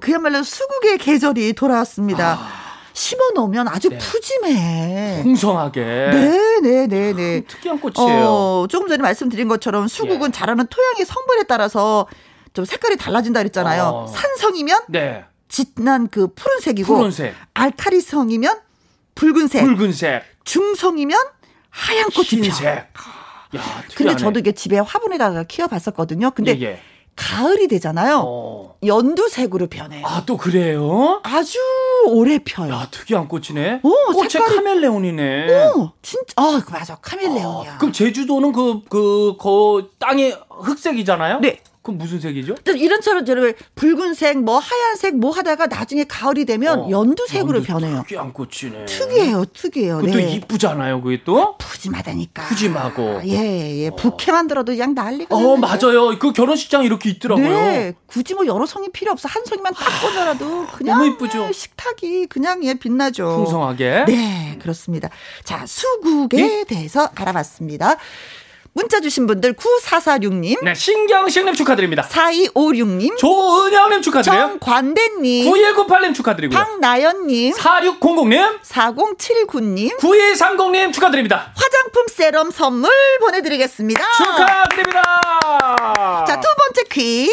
Speaker 1: 그야말로 수국의 계절이 돌아왔습니다. 심어 놓으면 아주 푸짐해.
Speaker 3: 풍성하게. 음,
Speaker 1: 네, 네, 네, 네.
Speaker 3: 특이한 꽃이에요.
Speaker 1: 어, 조금 전에 말씀드린 것처럼 수국은
Speaker 3: 아, 예.
Speaker 1: 자라는 토양의 성분에 따라서 좀 색깔이 달라진다 그랬잖아요.
Speaker 3: 어.
Speaker 1: 산성이면
Speaker 3: 네.
Speaker 1: 짙은 그 푸른색이고
Speaker 3: 푸른색,
Speaker 1: 알카리성이면 붉은색,
Speaker 3: 붉은색,
Speaker 1: 중성이면 하얀 꽃이
Speaker 3: 흰색.
Speaker 1: 펴.
Speaker 3: 야,
Speaker 1: 근데
Speaker 3: 특이하네.
Speaker 1: 저도 이게 집에 화분에다가 키워봤었거든요. 근데
Speaker 3: 예, 예.
Speaker 1: 가을이 되잖아요.
Speaker 3: 어.
Speaker 1: 연두색으로 변해요.
Speaker 3: 아, 또 그래요?
Speaker 1: 아주 오래 펴요.
Speaker 3: 야, 특이한 꽃이네.
Speaker 1: 오,
Speaker 3: 꽃의
Speaker 1: 어, 색깔이-
Speaker 3: 카멜레온이네.
Speaker 1: 어, 진짜, 어, 맞아. 카멜레온이야.
Speaker 3: 아, 그럼 제주도는 그, 그, 그 땅이 흑색이잖아요?
Speaker 1: 네.
Speaker 3: 그럼 무슨 색이죠?
Speaker 1: 또 이런 처럼 저를 붉은색, 뭐 하얀색, 뭐 하다가 나중에 가을이 되면
Speaker 3: 어,
Speaker 1: 연두색으로
Speaker 3: 연두
Speaker 1: 변해요.
Speaker 3: 특이한 꽃이네.
Speaker 1: 특이해요, 특이해요.
Speaker 3: 그것도
Speaker 1: 네.
Speaker 3: 이쁘잖아요, 그게 또?
Speaker 1: 푸짐하다니까.
Speaker 3: 푸짐하고.
Speaker 1: 예, 예. 부캐만 들어도 그냥 난리가.
Speaker 3: 어,
Speaker 1: 나는데.
Speaker 3: 맞아요. 그 결혼식장 이렇게 있더라고요.
Speaker 1: 네, 굳이 뭐 여러 성이 필요 없어 한 성이만 딱 꽂아라도 그냥 예,
Speaker 3: 너무 이쁘죠?
Speaker 1: 식탁이 그냥 예 빛나죠.
Speaker 3: 풍성하게.
Speaker 1: 네, 그렇습니다. 자, 수국에
Speaker 3: 예?
Speaker 1: 대해서 알아봤습니다. 문자 주신 분들 9446님,
Speaker 3: 네, 신경식님 축하드립니다.
Speaker 1: 4256님,
Speaker 3: 아, 조은영님 축하드려요.
Speaker 1: 정관대님,
Speaker 3: 9198님 축하드리고요.
Speaker 1: 박나연님,
Speaker 3: 4600님,
Speaker 1: 4079님
Speaker 3: 9130님 축하드립니다.
Speaker 1: 화장품 세럼 선물 보내드리겠습니다.
Speaker 3: 축하드립니다.
Speaker 1: 아. 자, 두 번째 퀴즈.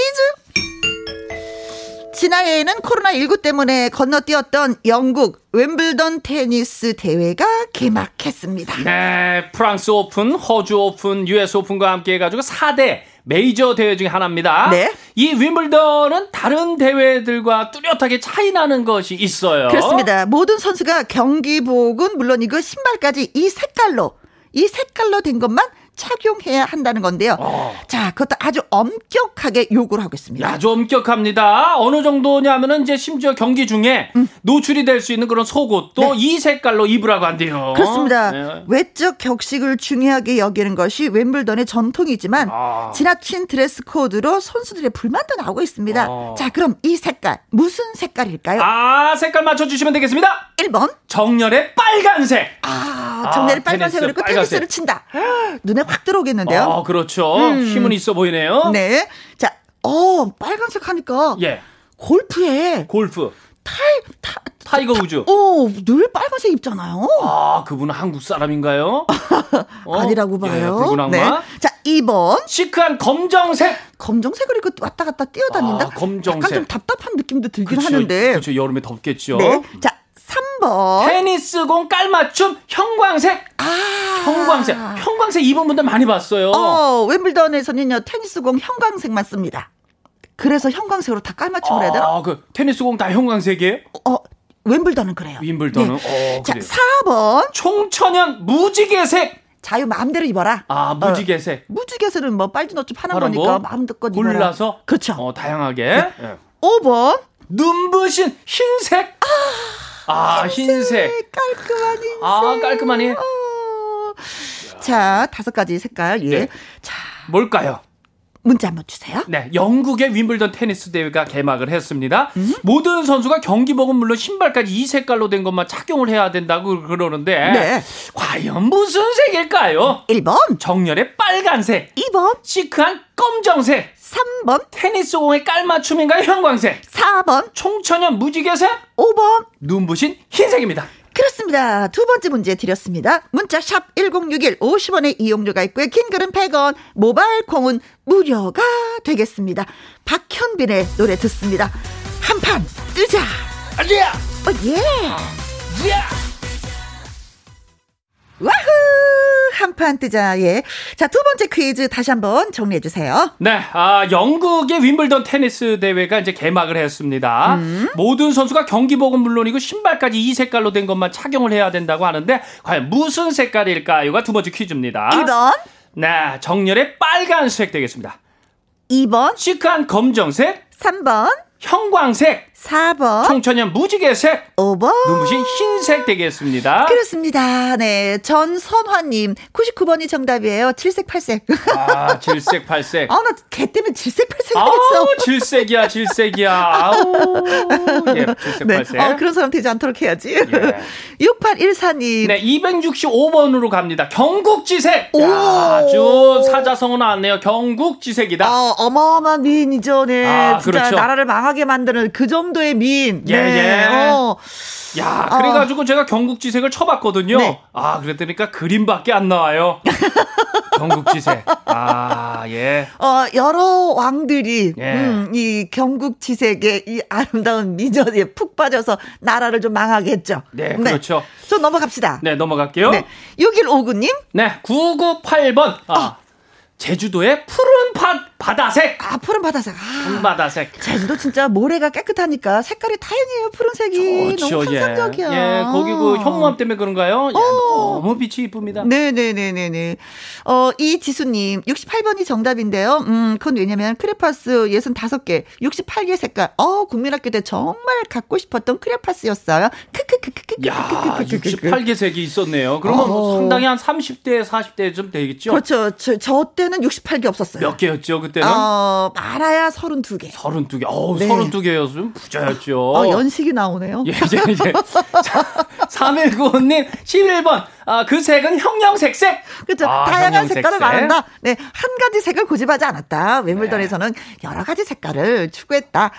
Speaker 1: 지난해에는 코로나19 때문에 건너뛰었던 영국 웸블던 테니스 대회가 개막했습니다.
Speaker 3: 네, 프랑스 오픈, 호주 오픈, US 오픈과 함께 해가지고 4대 메이저 대회 중에 하나입니다.
Speaker 1: 네.
Speaker 3: 이 윈블던은 다른 대회들과 뚜렷하게 차이나는 것이 있어요.
Speaker 1: 그렇습니다. 모든 선수가 경기복은 물론 이거 신발까지 이 색깔로 이 색깔로 된 것만 착용해야 한다는 건데요.
Speaker 3: 어.
Speaker 1: 자, 그것도 아주 엄격하게 요구를 하고 있습니다.
Speaker 3: 아주 엄격합니다. 어느 정도냐면은 이제 심지어 경기 중에
Speaker 1: 음.
Speaker 3: 노출이 될 수 있는 그런 속옷도 이 색깔로 입으라고 한대요.
Speaker 1: 네. 그렇습니다.
Speaker 3: 네.
Speaker 1: 외적 격식을 중요하게 여기는 것이 웸블던의 전통이지만
Speaker 3: 아.
Speaker 1: 지나친 드레스 코드로 선수들의 불만도 나오고 있습니다.
Speaker 3: 아.
Speaker 1: 자, 그럼 이 색깔 무슨 색깔일까요?
Speaker 3: 아, 색깔 맞춰주시면 되겠습니다.
Speaker 1: 1번.
Speaker 3: 정렬의 빨간색.
Speaker 1: 아,
Speaker 3: 아,
Speaker 1: 정렬이
Speaker 3: 테니스,
Speaker 1: 빨간색으로 있고
Speaker 3: 빨간색.
Speaker 1: 테니스를 친다. 눈에 확 들어오겠는데요. 음.
Speaker 3: 아, 그렇죠. 힘은 있어 보이네요.
Speaker 1: 네. 자, 어, 빨간색 하니까
Speaker 3: 예.
Speaker 1: 골프에
Speaker 3: 골프.
Speaker 1: 타이 타
Speaker 3: 타이거 우즈.
Speaker 1: 어, 늘 빨간색 입잖아요.
Speaker 3: 아, 그분은 한국 사람인가요? 어?
Speaker 1: 아니라고
Speaker 3: 예,
Speaker 1: 봐요. 네.
Speaker 3: 붉은 악마.
Speaker 1: 자, 2번.
Speaker 3: 시크한 검정색.
Speaker 1: 검정색을 이렇게 왔다 갔다 뛰어다닌다.
Speaker 3: 아, 검정색.
Speaker 1: 약간 좀 답답한 느낌도 들긴
Speaker 3: 그쵸,
Speaker 1: 하는데.
Speaker 3: 그쵸, 여름에 덥겠죠.
Speaker 1: 네. 자, 3번.
Speaker 3: 테니스공 깔맞춤 형광색.
Speaker 1: 아.
Speaker 3: 형광색. 형광색 입은 분들 많이 봤어요.
Speaker 1: 어, 웸블던에서는요, 테니스공 형광색만 씁니다. 그래서 형광색으로 다 깔맞춤을 해야 되나?
Speaker 3: 아, 그 테니스공 다 형광색이에요?
Speaker 1: 어, 웸블던은 그래요. 네.
Speaker 3: 윈블던은? 어,
Speaker 1: 자,
Speaker 3: 그래요.
Speaker 1: 4번.
Speaker 3: 총천연 무지개색.
Speaker 1: 자유 마음대로 입어라.
Speaker 3: 아,
Speaker 1: 어,
Speaker 3: 무지개색.
Speaker 1: 무지개색은 뭐 빨주노초 파는
Speaker 3: 파란
Speaker 1: 거니까
Speaker 3: 거?
Speaker 1: 마음껏 입어라.
Speaker 3: 골라서
Speaker 1: 그렇죠. 네.
Speaker 3: 어, 다양하게. 예.
Speaker 1: 5번.
Speaker 3: 눈부신 흰색. 아, 흰색.
Speaker 1: 네, 깔끔한 인생.
Speaker 3: 아, 깔끔하니.
Speaker 1: 어. 자, 다섯 가지 색깔. 예.
Speaker 3: 네.
Speaker 1: 자,
Speaker 3: 뭘까요?
Speaker 1: 문자 한번 주세요.
Speaker 3: 네, 영국의 윈블던 테니스 대회가 개막을 했습니다. 모든 선수가 경기복은 물론 신발까지 이 색깔로 된 것만 착용을 해야 된다고 그러는데
Speaker 1: 네.
Speaker 3: 과연 무슨 색일까요?
Speaker 1: 1번,
Speaker 3: 정열의 빨간색,
Speaker 1: 2번,
Speaker 3: 시크한 검정색,
Speaker 1: 3번,
Speaker 3: 테니스공의 깔맞춤인가요? 형광색,
Speaker 1: 4번,
Speaker 3: 총천연 무지개색,
Speaker 1: 5번.
Speaker 3: 눈부신 흰색입니다.
Speaker 1: 그렇습니다. 두 번째 문제 드렸습니다. 문자 샵 1061, 50원의 이용료가 있고요. 긴 글은 100원, 모바일 콩은 무료가 되겠습니다. 박현빈의 노래 듣습니다. 한판 뜨자.
Speaker 3: 아니야,
Speaker 1: 어, 예.
Speaker 3: 야.
Speaker 1: 와후! 한판 뜨자, 예. 자, 두 번째 퀴즈 다시 한번 정리해 주세요.
Speaker 3: 네, 아, 영국의 윈블던 테니스 대회가 이제 개막을 했습니다.
Speaker 1: 음.
Speaker 3: 모든 선수가 경기복은 물론이고 신발까지 이 색깔로 된 것만 착용을 해야 된다고 하는데 과연 무슨 색깔일까요가 두 번째 퀴즈입니다.
Speaker 1: 1번,
Speaker 3: 네, 정렬의 빨간색 되겠습니다.
Speaker 1: 2번,
Speaker 3: 시크한 검정색,
Speaker 1: 3번,
Speaker 3: 형광색,
Speaker 1: 4번,
Speaker 3: 청천연 무지개색,
Speaker 1: 5번.
Speaker 3: 눈부신 흰색 되겠습니다.
Speaker 1: 그렇습니다. 네. 전선화님, 99번이 정답이에요. 칠색팔색.
Speaker 3: 아, 질색, 팔색.
Speaker 1: 아, 나 걔 때문에 칠색팔색 했어.
Speaker 3: 아우, 질색이야, 질색이야. 아우. 예, 질색,
Speaker 1: 네.
Speaker 3: 팔색.
Speaker 1: 어, 그런 사람 되지 않도록 해야지.
Speaker 3: 예.
Speaker 1: 6814님.
Speaker 3: 네, 265번으로 갑니다. 경국지색.
Speaker 1: 오.
Speaker 3: 야, 아주 사자성어 나왔네요. 경국지색이다.
Speaker 1: 어, 어마어마한 미인이죠, 네.
Speaker 3: 아,
Speaker 1: 진짜
Speaker 3: 그렇죠.
Speaker 1: 나라를 망하게 만드는 그 정도의 미인.
Speaker 3: 예,
Speaker 1: 네.
Speaker 3: 예.
Speaker 1: 어.
Speaker 3: 야, 그래가지고 제가 경국지색을 쳐봤거든요.
Speaker 1: 네.
Speaker 3: 아, 그랬더니까 그림밖에 안 나와요. 경국지색. 아, 예.
Speaker 1: 어, 여러 왕들이
Speaker 3: 예.
Speaker 1: 음, 이 경국 지색의 이 아름다운 미녀에 푹 빠져서 나라를 좀 망하게 했죠.
Speaker 3: 네, 그렇죠.
Speaker 1: 좀 넘어갑시다.
Speaker 3: 네, 넘어갈게요.
Speaker 1: 네.
Speaker 3: 네,
Speaker 1: 6159님,
Speaker 3: 998번. 아, 제주도의 푸른 바, 바다색.
Speaker 1: 아, 푸른 바다색. 아,
Speaker 3: 바다색.
Speaker 1: 제주도 진짜 모래가 깨끗하니까 색깔이 다양해요. 푸른색이.
Speaker 3: 좋죠,
Speaker 1: 너무
Speaker 3: 예.
Speaker 1: 환상적이야. 어.
Speaker 3: 예, 거기 그 현무암 때문에 그런가요? 야, 너무 빛이 이쁩니다.
Speaker 1: 네네네네네. 어, 이지수님, 68번이 정답인데요. 음, 그건 왜냐면 크레파스 65개, 68개 색깔. 어, 국민학교 때 정말 갖고 싶었던 크레파스였어요. 크크크크크크.
Speaker 3: 야, 68개 색이 있었네요. 그러면 뭐
Speaker 1: 어.
Speaker 3: 상당히 한 30대, 40대쯤 되겠죠?
Speaker 1: 그렇죠. 저, 저 때는 68개 없었어요.
Speaker 3: 몇 개였죠, 그때는?
Speaker 1: 어, 말아야 32개.
Speaker 3: 32개. 어우,
Speaker 1: 네.
Speaker 3: 32개였으면 부자였죠.
Speaker 1: 어, 연식이 나오네요.
Speaker 3: 예, 이제, 이제. 3195님, 11번. 아, 그 색은 형형색색.
Speaker 1: 그렇죠.
Speaker 3: 아,
Speaker 1: 다양한
Speaker 3: 형형색색.
Speaker 1: 색깔을 말한다. 네, 한 가지 색을 고집하지 않았다. 웨물던에서는
Speaker 3: 네.
Speaker 1: 여러 가지 색깔을 추구했다.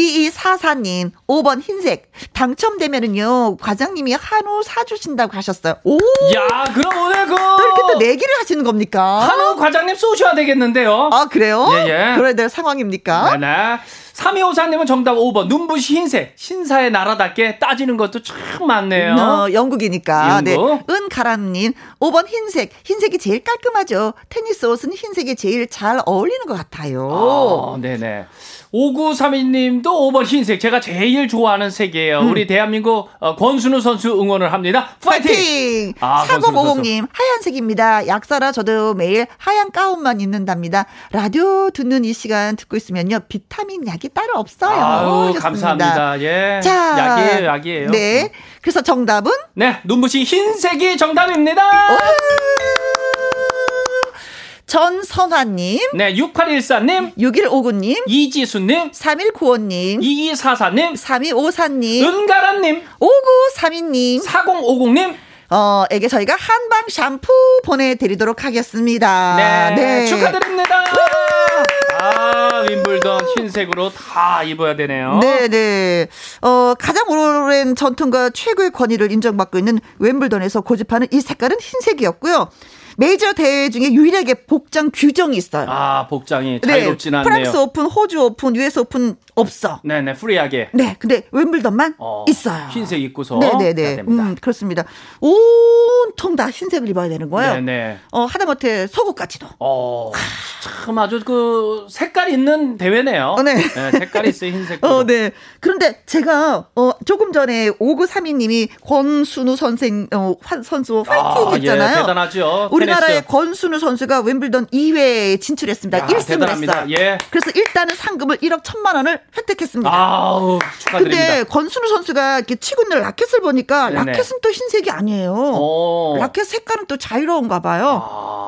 Speaker 1: 2244님, 5번 흰색. 당첨되면은요, 과장님이 한우 사주신다고 하셨어요. 오!
Speaker 3: 야, 그럼 오늘 그.
Speaker 1: 이렇게 또 내기를 아. 하시는 겁니까?
Speaker 3: 한우 과장님 쏘셔야 되겠는데요.
Speaker 1: 아, 그래요?
Speaker 3: 예, 예.
Speaker 1: 그래야 될 상황입니까?
Speaker 3: 하나. 3254님은 정답 5번. 눈부신 흰색. 신사의 나라답게 따지는 것도 참 많네요.
Speaker 1: 어, 영국이니까.
Speaker 3: 영국.
Speaker 1: 네. 은가람님, 5번 흰색. 흰색이 제일 깔끔하죠. 테니스 옷은 흰색이 제일 잘 어울리는 것 같아요.
Speaker 3: 아, 네네. 5932님도 5번 흰색. 제가 제일 좋아하는 색이에요.
Speaker 1: 음.
Speaker 3: 우리 대한민국 어, 권순우 선수 응원을 합니다. 파이팅!
Speaker 1: 파이팅!
Speaker 3: 아,
Speaker 1: 사고모공님 하얀색입니다. 약사라 저도 매일 하얀 가운만 입는답니다. 라디오 듣는 이 시간 듣고 있으면요 비타민 약이 따로 없어요.
Speaker 3: 아유,
Speaker 1: 좋습니다.
Speaker 3: 감사합니다. 예.
Speaker 1: 자,
Speaker 3: 약이에요, 약이에요. 음.
Speaker 1: 네, 그래서 정답은
Speaker 3: 네, 눈부신 흰색이 정답입니다.
Speaker 1: 어? 전선화님,
Speaker 3: 네, 6814님,
Speaker 1: 6159님,
Speaker 3: 이지수님,
Speaker 1: 3195님,
Speaker 3: 2244님,
Speaker 1: 3254님,
Speaker 3: 은가란님,
Speaker 1: 5932님,
Speaker 3: 4050님.
Speaker 1: 어에게 저희가 한방 샴푸 보내드리도록 하겠습니다.
Speaker 3: 네, 축하드립니다. 아, 윈블던 흰색으로 다 입어야 되네요.
Speaker 1: 네네. 어, 가장 오랜 전통과 최고의 권위를 인정받고 있는 웸블던에서 고집하는 이 색깔은 흰색이었고요. 메이저 대회 중에 유일하게 복장 규정이 있어요.
Speaker 3: 아, 복장이 자유롭진 않네요.
Speaker 1: 프랑스 오픈, 호주 오픈, US 오픈 없어.
Speaker 3: 네네, 프리하게.
Speaker 1: 네, 근데 웸블던만
Speaker 3: 어,
Speaker 1: 있어요.
Speaker 3: 흰색 입고서 해야
Speaker 1: 아. 네네네.
Speaker 3: 됩니다.
Speaker 1: 음, 그렇습니다. 온통 다 흰색을 입어야 되는 거예요.
Speaker 3: 네네.
Speaker 1: 어, 하다못해 속옷까지도.
Speaker 3: 어, 참 아주 그 색깔 있는 대회네요.
Speaker 1: 어, 네.
Speaker 3: 색깔이 있어요, 흰색.
Speaker 1: 어, 네. 그런데 제가 어, 조금 전에 5932님이 권순우 선생 어, 환- 선수 파이팅 했잖아요.
Speaker 3: 예, 대단하죠.
Speaker 1: 우리나라의
Speaker 3: 테니스.
Speaker 1: 권순우 선수가 웸블던 2회에 진출했습니다.
Speaker 3: 야,
Speaker 1: 1승을
Speaker 3: 대단합니다.
Speaker 1: 했어요.
Speaker 3: 예.
Speaker 1: 그래서 일단은 상금을 1억 1천만 원을 획득했습니다.
Speaker 3: 아우, 축하드립니다.
Speaker 1: 근데 권순우 선수가 이렇게 치고 있는 라켓을 보니까
Speaker 3: 네네.
Speaker 1: 라켓은 또 흰색이 아니에요.
Speaker 3: 어.
Speaker 1: 라켓 음, 색깔은 또 자유로운가 봐요.
Speaker 3: 아,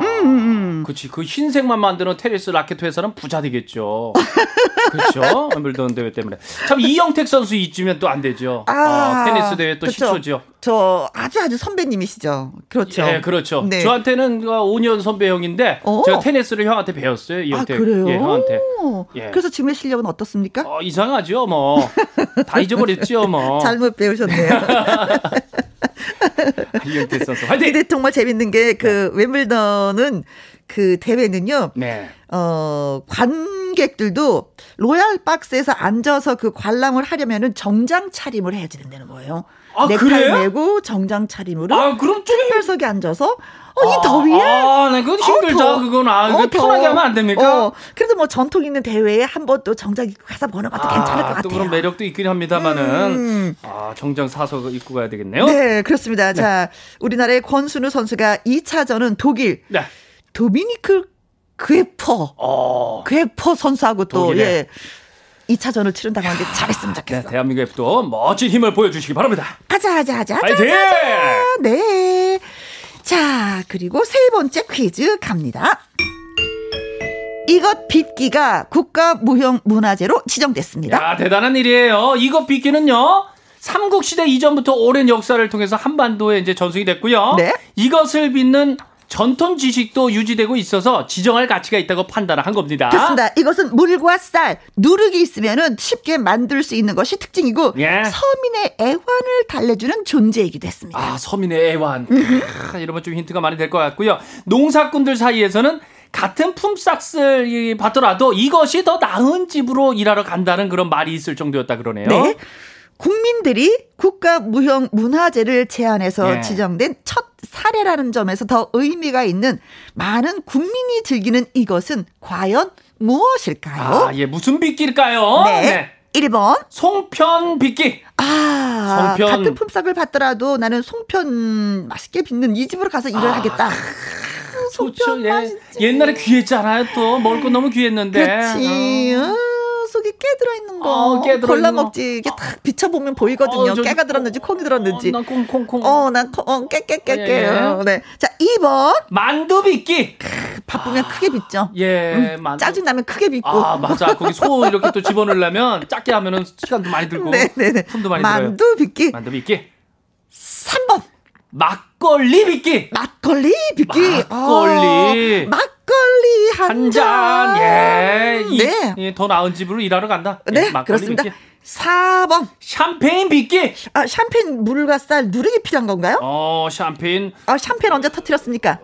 Speaker 3: 그치. 그 흰색만 만드는 테니스 라켓 회사는 부자 되겠죠. 그렇죠. 앰블던 대회 때문에. 참 이영택 선수 이쯤면 또 안 되죠. 어, 테니스 대회 또
Speaker 1: 아, 그쵸.
Speaker 3: 시초죠.
Speaker 1: 저 아주 아주 선배님이시죠. 그렇죠.
Speaker 3: 예, 그렇죠.
Speaker 1: 네.
Speaker 3: 저한테는 5년 선배 형인데
Speaker 1: 어.
Speaker 3: 제가 테니스를 형한테 배웠어요.
Speaker 1: 아,
Speaker 3: 이영택.
Speaker 1: 그래요?
Speaker 3: 예, 형한테. 예.
Speaker 1: 그래서 지금의 실력은 어떻습니까?
Speaker 3: 어, 이상하죠, 뭐. 다 잊어버렸죠, 뭐.
Speaker 1: 잘못 배우셨네요.
Speaker 3: 아, 이영택 선수. 화이팅!
Speaker 1: 근데 정말 재밌는 게 그 웸블던은 그 대회는요.
Speaker 3: 네.
Speaker 1: 어, 관객들도 로얄 박스에서 앉아서 그 관람을 하려면은 정장 차림을 해야 되는 거예요.
Speaker 3: 아,
Speaker 1: 넥타이
Speaker 3: 그래요?
Speaker 1: 메고 정장 차림으로
Speaker 3: 아, 그럼 좀 힘-
Speaker 1: 특별석에 앉아서 어, 이 더위에
Speaker 3: 아, 나 그건 힘들다.
Speaker 1: 더워.
Speaker 3: 그건 아,
Speaker 1: 어,
Speaker 3: 그거 편하게
Speaker 1: 더워.
Speaker 3: 하면 안 됩니까?
Speaker 1: 어, 그래도 뭐 전통 있는 대회에 한 번 또 정장 입고 가서 보는 것도 괜찮을 것
Speaker 3: 아, 또
Speaker 1: 같아요.
Speaker 3: 그런 매력도 있긴 합니다만은
Speaker 1: 음.
Speaker 3: 아 정장 사서 입고 가야 어? 되겠네요.
Speaker 1: 네, 그렇습니다. 자, 우리나라의 권순우 선수가 2차전은 독일
Speaker 3: 네.
Speaker 1: 도미니크 괴퍼
Speaker 3: 어.
Speaker 1: 괴퍼 선수하고 또
Speaker 3: 독일의.
Speaker 1: 예. 2차전을 치른다고 하는데 잘했으면
Speaker 3: 네,
Speaker 1: 좋겠어.
Speaker 3: 대한민국 F도 멋진 힘을 보여주시기 바랍니다.
Speaker 1: 하자 하자 하자 하자.
Speaker 3: 파이팅!
Speaker 1: 네. 자, 그리고 세 번째 퀴즈 갑니다. 이것 빗기가 국가 무형 문화재로 지정됐습니다.
Speaker 3: 야, 대단한 일이에요. 이것 빗기는요. 삼국시대 이전부터 오랜 역사를 통해서 한반도에 이제 전승이 됐고요.
Speaker 1: 네.
Speaker 3: 이것을 빚는 전통 지식도 유지되고 있어서 지정할 가치가 있다고 판단을 한 겁니다.
Speaker 1: 좋습니다. 이것은 물과 쌀, 누룩이 있으면 쉽게 만들 수 있는 것이 특징이고
Speaker 3: 예.
Speaker 1: 서민의 애환을 달래주는 존재이기도 했습니다.
Speaker 3: 아, 서민의 애환. 크, 이러면 좀 힌트가 많이 될 것 같고요. 농사꾼들 사이에서는 같은 품삯을 이- 받더라도 이것이 더 나은 집으로 일하러 간다는 그런 말이 있을 정도였다 그러네요.
Speaker 1: 네. 국민들이 국가 무형 문화재를 제안해서
Speaker 3: 예.
Speaker 1: 지정된 첫 사례라는 점에서 더 의미가 있는 많은 국민이 즐기는 이것은 과연 무엇일까요?
Speaker 3: 아, 예, 무슨 빗길까요?
Speaker 1: 네. 1번.
Speaker 3: 송편 빗길.
Speaker 1: 아,
Speaker 3: 송편.
Speaker 1: 같은 품삯을 받더라도 나는 송편 맛있게 빚는 이 집으로 가서 일을 하겠다.
Speaker 3: 좋죠. 아, 예. 옛날에 귀했잖아요. 또 먹을 건 너무 귀했는데.
Speaker 1: 그렇지. 아, 속에 깨 들어있는 거.
Speaker 3: 네, 어, 깨 들어있는
Speaker 1: 골라
Speaker 3: 거.
Speaker 1: 먹지. 이게 딱 비춰보면 보이거든요.
Speaker 3: 어, 저기-
Speaker 1: 깨가 들었는지 콩이 들었는지.
Speaker 3: 어, 나 콩콩콩.
Speaker 1: 어, 난 커, 어, 깨, 깨, 깨,
Speaker 3: 예,
Speaker 1: 깨.
Speaker 3: 예.
Speaker 1: 어, 네. 자, 2번.
Speaker 3: 만두 빗길.
Speaker 1: 바쁘면 크게 빚죠.
Speaker 3: 아, 예, 만두.
Speaker 1: 음, 짜증나면 크게 빚고.
Speaker 3: 아, 맞아. 거기 소 이렇게 또 집어넣으려면 작게 하면은 시간도 많이 들고.
Speaker 1: 네, 네, 네.
Speaker 3: 품도 많이 들어요.
Speaker 1: 만두 빚기.
Speaker 3: 만두 빗길.
Speaker 1: 3번.
Speaker 3: 막걸리 빗길.
Speaker 1: 막걸리 빚기.
Speaker 3: 막걸리.
Speaker 1: 어, 막걸리 한,
Speaker 3: 한 잔. 예. 이,
Speaker 1: 네.
Speaker 3: 예, 더 나은 집으로 일하러 간다. 예,
Speaker 1: 네,
Speaker 3: 막걸리
Speaker 1: 그렇습니다.
Speaker 3: 빗길.
Speaker 1: 4번.
Speaker 3: 샴페인 빗길.
Speaker 1: 아, 샴페인 물과 쌀 누르기 필요한 건가요?
Speaker 3: 어, 샴페인
Speaker 1: 아, 샴페인 언제 터뜨렸습니까?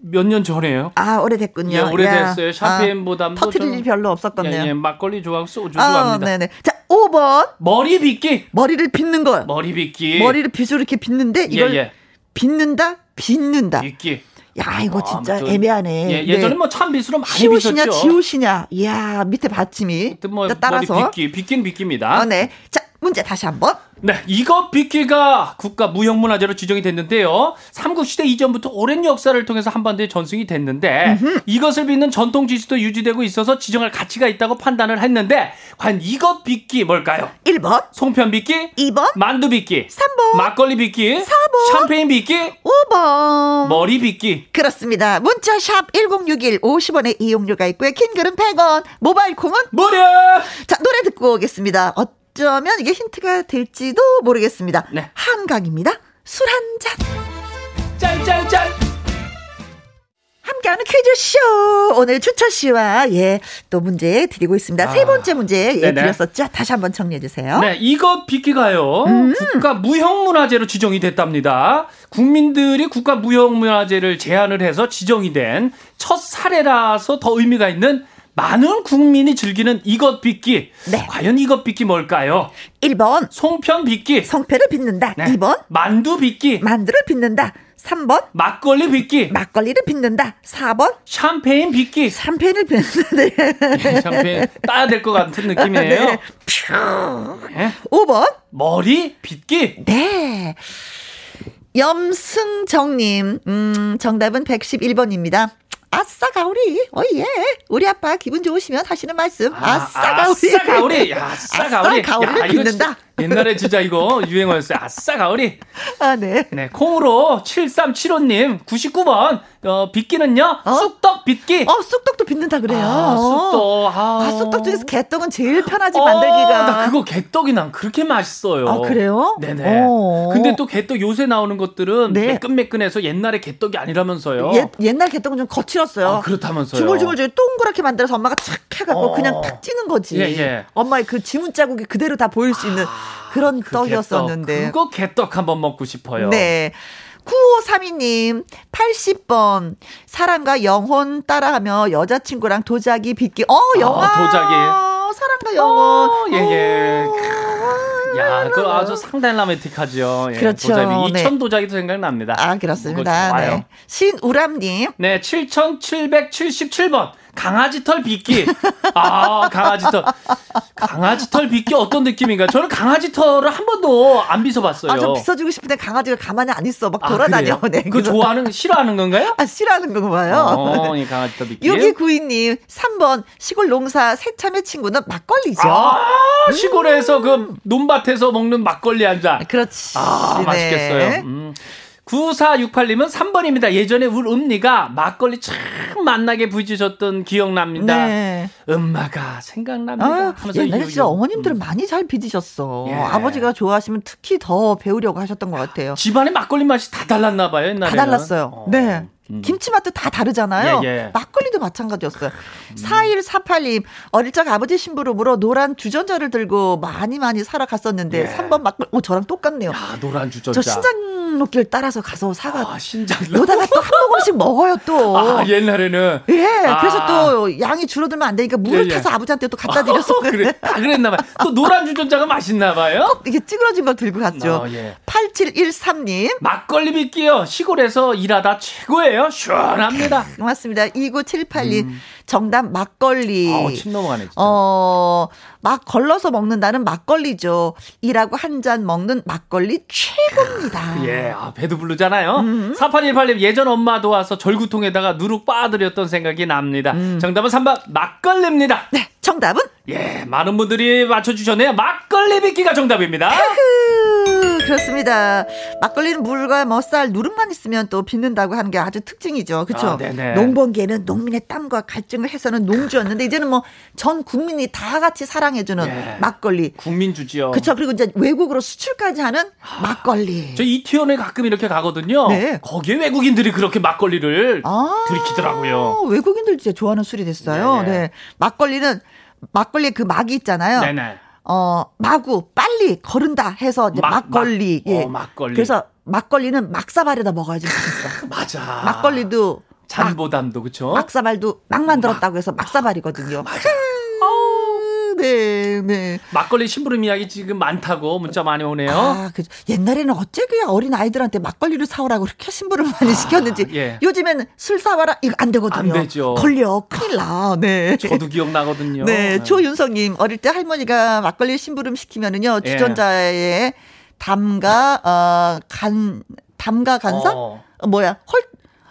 Speaker 3: 몇 년 전이에요?
Speaker 1: 아,
Speaker 3: 예,
Speaker 1: 오래됐군요.
Speaker 3: 오래됐어요.
Speaker 1: 야.
Speaker 3: 샴페인보다는
Speaker 1: 아,
Speaker 3: 또
Speaker 1: 터트릴
Speaker 3: 좀-
Speaker 1: 일이 별로 없었겠네요.
Speaker 3: 예, 예, 막걸리 좋아하고 소주
Speaker 1: 아,
Speaker 3: 좋아합니다.
Speaker 1: 네네. 자, 5번.
Speaker 3: 머리 빗기.
Speaker 1: 머리를 빗는 거요.
Speaker 3: 머리 빗기.
Speaker 1: 머리를 빗으로 이렇게 빗는데
Speaker 3: 예,
Speaker 1: 이걸
Speaker 3: 예.
Speaker 1: 빗는다 빗는다
Speaker 3: 빗기.
Speaker 1: 야 이거
Speaker 3: 아,
Speaker 1: 진짜
Speaker 3: 아무튼
Speaker 1: 애매하네
Speaker 3: 예, 예전에
Speaker 1: 네.
Speaker 3: 뭐 참빗으로 많이
Speaker 1: 시옷이냐
Speaker 3: 빗었죠.
Speaker 1: 지옷이냐 이야 밑에 받침이
Speaker 3: 아무튼 뭐
Speaker 1: 따라서
Speaker 3: 머리 빗기. 빗긴 빗깁니다.
Speaker 1: 어, 네. 자 문제 다시 한번
Speaker 3: 네, 이것 빗기가 국가 무형문화재로 지정이 됐는데요. 삼국시대 이전부터 오랜 역사를 통해서 한반도에 전승이 됐는데 이것을 빚는 전통 지식도 유지되고 있어서 지정할 가치가 있다고 판단을 했는데 과연 이것 빗기 뭘까요?
Speaker 1: 1번
Speaker 3: 송편 빗기,
Speaker 1: 2번
Speaker 3: 만두 빗기,
Speaker 1: 삼 번.
Speaker 3: 막걸리 빗기,
Speaker 1: 사 번.
Speaker 3: 샴페인 빗기,
Speaker 1: 5번
Speaker 3: 머리 빗기.
Speaker 1: 그렇습니다 문자 샵 1061 50원의 이용료가 있고요 킹글은 100원 모바일 콩은
Speaker 3: 무려!
Speaker 1: 자 노래 듣고 오겠습니다 어쩌면 이게 힌트가 될지도 모르겠습니다
Speaker 3: 네.
Speaker 1: 한강입니다 술 한잔
Speaker 3: 짠짠짠!
Speaker 1: 함께하는 퀴즈쇼. 오늘 주철 씨와 예, 또 문제 드리고 있습니다. 세
Speaker 3: 아,
Speaker 1: 번째 문제 예,
Speaker 3: 네네.
Speaker 1: 드렸었죠. 다시 한번 정리해 주세요.
Speaker 3: 네, 이것 비키가요.
Speaker 1: 음.
Speaker 3: 국가 무형문화재로 지정이 됐답니다. 국민들이 국가 무형문화재를 제안을 해서 지정이 된 첫 사례라서 더 의미가 있는 많은 국민이 즐기는 이것 비키.
Speaker 1: 네.
Speaker 3: 과연 이것 비키 뭘까요?
Speaker 1: 1번
Speaker 3: 송편 비키.
Speaker 1: 성패를 빚는다.
Speaker 3: 네.
Speaker 1: 2번
Speaker 3: 만두 비키.
Speaker 1: 만두를 빚는다. 3번
Speaker 3: 막걸리 비키.
Speaker 1: 막걸리를 빚는다. 4번
Speaker 3: 샴페인 비키.
Speaker 1: 참패를 빚는다.
Speaker 3: 샴페인 따야 될 것 같은 느낌이에요.
Speaker 1: 네. 퓨.
Speaker 3: 예?
Speaker 1: 5번
Speaker 3: 머리 빗기.
Speaker 1: 네. 염승정님, 음, 정답은 111번입니다. 아싸 가오리, 어예. 우리 아빠 기분 좋으시면 하시는 말씀. 아싸 가오리.
Speaker 3: 아싸 가오리. 야, 아싸
Speaker 1: 아싸
Speaker 3: 가오리.
Speaker 1: 가오리를
Speaker 3: 야, 이거
Speaker 1: 빚는다.
Speaker 3: 진짜 옛날에 진짜 이거 유행어였어요. 아싸 가오리.
Speaker 1: 아, 네.
Speaker 3: 네, 콩으로 7375님 99번 어, 빗기는요.
Speaker 1: 어?
Speaker 3: 쑥떡 빗기.
Speaker 1: 어, 쑥떡도 빚는다 그래요.
Speaker 3: 아, 쑥떡. 아,
Speaker 1: 아, 쑥떡 중에서 개떡은 제일 편하지
Speaker 3: 어,
Speaker 1: 만들기가.
Speaker 3: 나 그거 개떡이 난 그렇게 맛있어요.
Speaker 1: 아, 그래요?
Speaker 3: 네네.
Speaker 1: 어.
Speaker 3: 근데 또 개떡 요새 나오는 것들은
Speaker 1: 네.
Speaker 3: 매끈매끈해서 옛날에 개떡이 아니라면서요.
Speaker 1: 옛, 옛날 개떡은 좀 거칠었어요.
Speaker 3: 아, 그렇다면서요.
Speaker 1: 주물주물 주물 동그랗게 만들어서 엄마가 착 해갖고
Speaker 3: 어.
Speaker 1: 그냥 탁 찌는 거지.
Speaker 3: 예, 예.
Speaker 1: 엄마의 그 지문 자국이 그대로 다 보일 수 있는 그런
Speaker 3: 그
Speaker 1: 떡이었었는데.
Speaker 3: 개떡. 그거 개떡 한번 먹고 싶어요.
Speaker 1: 네. 9532님, 80번. 사랑과 영혼 따라하며 여자친구랑 도자기 빚기. 어, 영화.
Speaker 3: 아, 도자기.
Speaker 1: 사랑과 영혼.
Speaker 3: 어, 예, 예.
Speaker 1: 어.
Speaker 3: 야, 그 아주 상당히 라메틱하죠. 예,
Speaker 1: 그렇죠.
Speaker 3: 도자기.
Speaker 1: 네.
Speaker 3: 2000 도자기도 생각납니다.
Speaker 1: 아,
Speaker 3: 그거
Speaker 1: 그렇습니다.
Speaker 3: 좋아요.
Speaker 1: 네. 신우람님,
Speaker 3: 네, 7777번. 강아지 털 빗기. 아, 강아지 털. 강아지 털 빗기 어떤 느낌인가? 저는 강아지 털을 한 번도 안 빗어봤어요.
Speaker 1: 아, 좀 빗어주고 싶은데 강아지가 가만히 안 있어. 막
Speaker 3: 아,
Speaker 1: 돌아다녀.
Speaker 3: 그래요?
Speaker 1: 네.
Speaker 3: 그거
Speaker 1: 그래서-
Speaker 3: 좋아하는, 싫어하는 건가요?
Speaker 1: 아, 싫어하는 건가 봐요. 네.
Speaker 3: 어, 이 강아지 털 빗기.
Speaker 1: 여기 구이님 3번 시골 농사 새참의 친구는 막걸리죠.
Speaker 3: 아, 시골에서 그 논밭에서 먹는 막걸리 한 잔.
Speaker 1: 그렇지.
Speaker 3: 아,
Speaker 1: 네.
Speaker 3: 맛있겠어요. 음. 9468님은 3번입니다. 예전에 우리 음니가 막걸리 참 만나게 부딪혔던 기억납니다.
Speaker 1: 네.
Speaker 3: 엄마가 생각납니다.
Speaker 1: 아,
Speaker 3: 그러니까 하면서
Speaker 1: 옛날에
Speaker 3: 이유-
Speaker 1: 진짜 어머님들은 많이 잘 빚으셨어.
Speaker 3: 예.
Speaker 1: 아버지가 좋아하시면 특히 더 배우려고 하셨던 것 같아요.
Speaker 3: 집안의 막걸리 맛이 다 달랐나 봐요, 옛날에.
Speaker 1: 다 달랐어요. 네.
Speaker 3: 음.
Speaker 1: 김치 맛도 다 다르잖아요.
Speaker 3: 예, 음. 예.
Speaker 1: 막걸리도 마찬가지였어요. 4148님, 어릴 적 아버지 심부름으로 노란 주전자를 들고 많이 많이 사러 갔었는데
Speaker 3: 예.
Speaker 1: 삼 3번 막걸리, 오, 저랑 똑같네요.
Speaker 3: 아, 노란 주전자.
Speaker 1: 저 신장로길 따라서 가서 사가.
Speaker 3: 아, 신장.
Speaker 1: 노다가 또 한 모금씩 먹어요, 또.
Speaker 3: 아, 옛날에는.
Speaker 1: 예, 그래서
Speaker 3: 아.
Speaker 1: 또 양이 줄어들면 안 되니까 물을
Speaker 3: 예, 예.
Speaker 1: 타서 아버지한테 또 갖다 드렸어.
Speaker 3: 어, 그래. 다 그랬나 봐요. 또 노란 주전자가 맛있나 봐요.
Speaker 1: 이게 찌그러진 걸 들고 갔죠.
Speaker 3: 어, 예.
Speaker 1: 8713님.
Speaker 3: 막걸리 빗기요. 시골에서 일하다 최고예요. 시원합니다.
Speaker 1: 고맙습니다. 2978님. 정답 막걸리.
Speaker 3: 음. 아우, 침 넘어가네, 진짜.
Speaker 1: 어, 막 걸러서 먹는다는 막걸리죠. 일하고 한 잔 먹는 막걸리 최고입니다.
Speaker 3: 예, 아, 배도 부르잖아요. 4818님, 예전 엄마 도와서 절구통에다가 누룩 빠드렸던 생각이 납니다.
Speaker 1: 음.
Speaker 3: 정답은 3번, 막걸리입니다.
Speaker 1: 네, 정답은
Speaker 3: 예, 많은 분들이 맞춰주셨네요. 막걸리 빗기가 정답입니다.
Speaker 1: 흐, 음, 그렇습니다. 막걸리는 물과 뭐 쌀, 누름만 있으면 또 빚는다고 하는 게 아주 특징이죠. 그렇죠?
Speaker 3: 아, 네네.
Speaker 1: 농번기에는 농민의 땀과 갈증을 해서는 농주였는데 이제는 뭐 전 국민이 다 같이 사랑해주는
Speaker 3: 예.
Speaker 1: 막걸리.
Speaker 3: 국민주지요.
Speaker 1: 그렇죠. 그리고 이제 외국으로 수출까지 하는
Speaker 3: 아,
Speaker 1: 막걸리.
Speaker 3: 저 이태원에 가끔 이렇게 가거든요.
Speaker 1: 네.
Speaker 3: 거기에 외국인들이 그렇게 막걸리를
Speaker 1: 아,
Speaker 3: 들이키더라고요.
Speaker 1: 외국인들 진짜 좋아하는 술이 됐어요.
Speaker 3: 네.
Speaker 1: 네. 막걸리는 막걸리에 그 막이 있잖아요.
Speaker 3: 네네.
Speaker 1: 어, 마구 빨리 거른다 해서 이제
Speaker 3: 막,
Speaker 1: 막, 걸리 예.
Speaker 3: 막, 어, 막걸리.
Speaker 1: 그래서 막걸리는 막사발에다 먹어야지 맛있어.
Speaker 3: 맞아.
Speaker 1: 막걸리도
Speaker 3: 잔보담도, 그쵸?
Speaker 1: 막, 사발도막 만들었다고 해서
Speaker 3: 아,
Speaker 1: 막사발이거든요. 아우, 네, 네.
Speaker 3: 막걸리 심부름 이야기 지금 많다고 문자 많이 오네요.
Speaker 1: 아, 그 옛날에는 어째 그 어린 아이들한테 막걸리를 사오라고 이렇게 심부름 많이 시켰는지
Speaker 3: 아, 예.
Speaker 1: 요즘에는 술 사와라 이거 안 되거든요.
Speaker 3: 안 되죠.
Speaker 1: 걸려 큰일 나. 네.
Speaker 3: 저도 기억나거든요.
Speaker 1: 네, 조윤성님 어릴 때 할머니가 막걸리 심부름 시키면은요
Speaker 3: 예.
Speaker 1: 주전자에 담가 어간 담가 간섭
Speaker 3: 어.
Speaker 1: 어, 뭐야 헐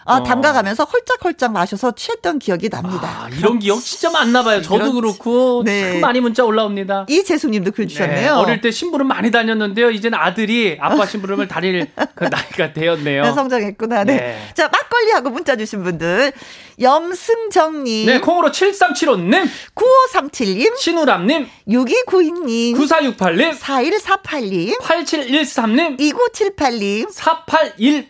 Speaker 1: 아,
Speaker 3: 어.
Speaker 1: 담가 가면서 헐짝헐짝 마셔서 취했던 기억이 납니다.
Speaker 3: 아, 이런 기억 진짜 많나 봐요. 저도
Speaker 1: 그렇지.
Speaker 3: 그렇고
Speaker 1: 네.
Speaker 3: 참 많이 문자 올라옵니다.
Speaker 1: 이재수님도 글 주셨네요.
Speaker 3: 네, 어릴 때 심부름 많이 다녔는데요. 이젠 아들이 아빠 심부름을 다닐 그 나이가 되었네요.
Speaker 1: 네, 성장했구나. 네.
Speaker 3: 네.
Speaker 1: 자, 막걸리하고 문자 주신 분들. 염승정님,
Speaker 3: 네, 콩으로 7375님,
Speaker 1: 9537님,
Speaker 3: 신우람님,
Speaker 1: 6292님,
Speaker 3: 9468님,
Speaker 1: 4148님,
Speaker 3: 8713님,
Speaker 1: 2978님.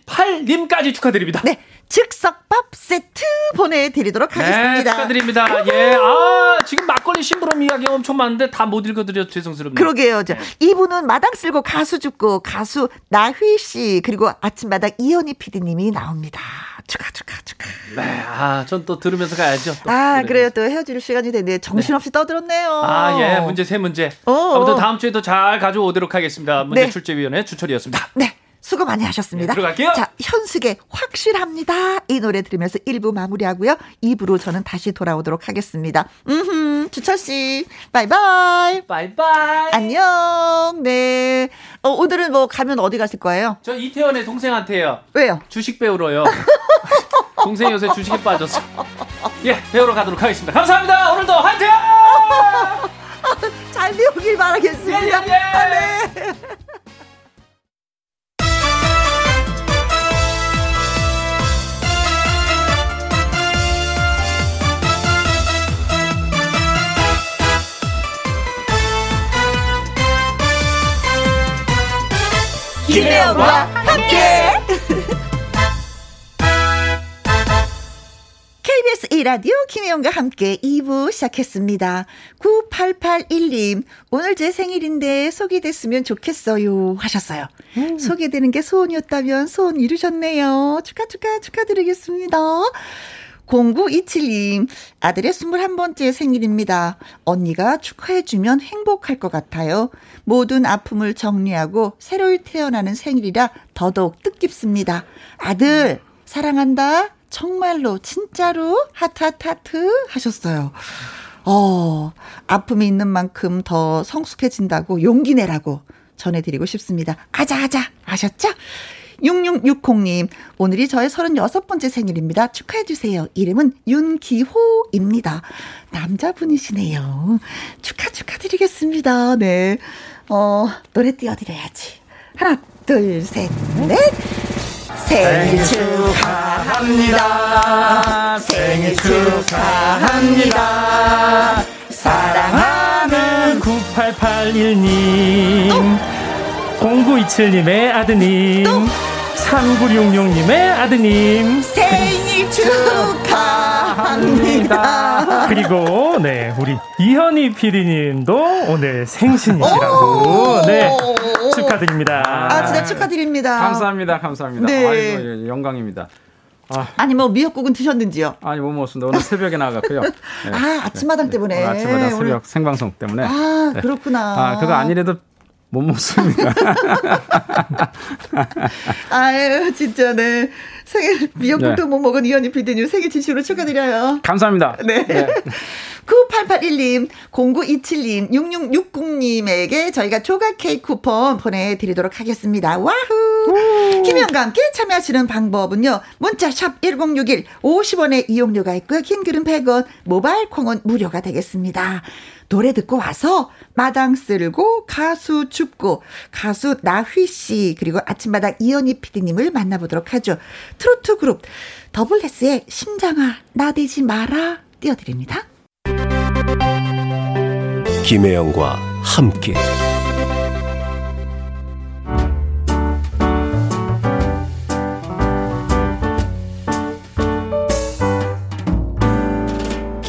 Speaker 3: 4818님까지 축하드립니다.
Speaker 1: 네, 즉석밥 세트 보내드리도록
Speaker 3: 네,
Speaker 1: 하겠습니다.
Speaker 3: 축하드립니다. 예. 아, 지금 막걸리 심부름 이야기 엄청 많은데 다 못 읽어드려 음. 죄송스럽네요.
Speaker 1: 그러게요. 저 이분은 마당 쓸고 가수 죽고 가수 나휘 씨 그리고 아침마당 이현희 PD님이 나옵니다. 축하 축하 축하.
Speaker 3: 네, 아, 전 또 들으면서 가야죠. 또.
Speaker 1: 아
Speaker 3: 네.
Speaker 1: 그래요. 또 헤어질 시간이 됐는데 정신없이 떠들었네요.
Speaker 3: 아, 예. 문제 세 문제.
Speaker 1: 어. 어어.
Speaker 3: 아무튼 다음 주에도 잘 가져오도록 하겠습니다. 문제
Speaker 1: 네.
Speaker 3: 출제위원회 주철이었습니다.
Speaker 1: 네. 수고 많이 하셨습니다.
Speaker 3: 네, 들어갈게요.
Speaker 1: 자, 현숙의 확실합니다. 이 노래 들으면서 1부 마무리하고요. 2부로 저는 다시 돌아오도록 하겠습니다. 음, 주철 씨. 바이바이.
Speaker 3: 바이바이.
Speaker 1: 안녕. 네. 어, 오늘은 뭐 가면 어디 가실 거예요?
Speaker 3: 저 이태원의 동생한테요.
Speaker 1: 왜요?
Speaker 3: 주식 배우러요. 동생 요새 주식에 빠졌어. 예, 배우러 가도록 하겠습니다. 감사합니다. 오늘도 화이팅!
Speaker 1: 잘 배우길 바라겠습니다.
Speaker 3: 예, 예, 예.
Speaker 1: 아, 네.
Speaker 3: 김혜영과
Speaker 1: 함께 KBS 1라디오 김혜영과 함께 2부 시작했습니다. 9881님 오늘 제 생일인데 소개됐으면 좋겠어요 하셨어요. 소개되는 게 소원이었다면 소원 이루셨네요. 축하 축하 축하드리겠습니다. 0927님, 아들의 21번째 생일입니다. 언니가 축하해주면 행복할 것 같아요. 모든 아픔을 정리하고 새로이 태어나는 생일이라 더더욱 뜻깊습니다. 아들, 사랑한다. 정말로, 진짜로, 하트, 하트, 하트 하셨어요. 어, 아픔이 있는 만큼 더 성숙해진다고 용기 내라고 전해드리고 싶습니다. 아자, 아자, 아셨죠? 6660님, 오늘이 저의 36번째 생일입니다. 축하해주세요. 이름은 윤기호입니다. 남자분이시네요. 축하, 축하드리겠습니다. 네. 어, 노래 띄워드려야지. 하나, 둘, 셋, 넷. 생일 축하합니다. 생일 축하합니다. 사랑하는
Speaker 4: 9881님 0927님의 아드님 3966님의 아드님
Speaker 1: 생일 축하합니다.
Speaker 4: 그리고 네 우리 이현희 PD님도 오늘 생신이시라고
Speaker 1: 오!
Speaker 4: 네 축하드립니다
Speaker 1: 아, 진짜 축하드립니다.
Speaker 5: 감사합니다. 감사합니다.
Speaker 1: 네.
Speaker 5: 아이고, 예, 예, 영광입니다.
Speaker 1: 아니, 뭐, 미역국은 드셨는지요?
Speaker 5: 아니 못 먹었습니다. 오늘 새벽에 나갔고요. 예.
Speaker 1: 아, 아침마당 때문에.
Speaker 5: 오늘 아침마다 새벽
Speaker 1: 오늘-
Speaker 5: 생방송 때문에. 아,
Speaker 1: 아, 그렇구나.
Speaker 5: 그거 아니래도 못 먹습니다.
Speaker 1: 아유, 진짜, 네. 생일, 미역국도
Speaker 5: 네.
Speaker 1: 못 먹은 이현희 PD님 생일 진심으로 축하드려요.
Speaker 5: 감사합니다.
Speaker 1: 네. 9881님, 0927님, 6660님에게 저희가 조각 케이크 쿠폰 보내드리도록 하겠습니다. 와후! 김현과 함께 참여하시는 방법은요. 문자샵 1061, 50원의 이용료가 있고요. 긴 글은 100원, 모바일 콩은 무료가 되겠습니다. 노래 듣고 와서 마당 쓸고 가수 춥고 가수 나휘 씨 그리고 아침마당 이현희 PD님을 만나보도록 하죠. 트로트 그룹 더블레스의 심장아 나대지 마라 띄워드립니다.
Speaker 2: 김혜영과 함께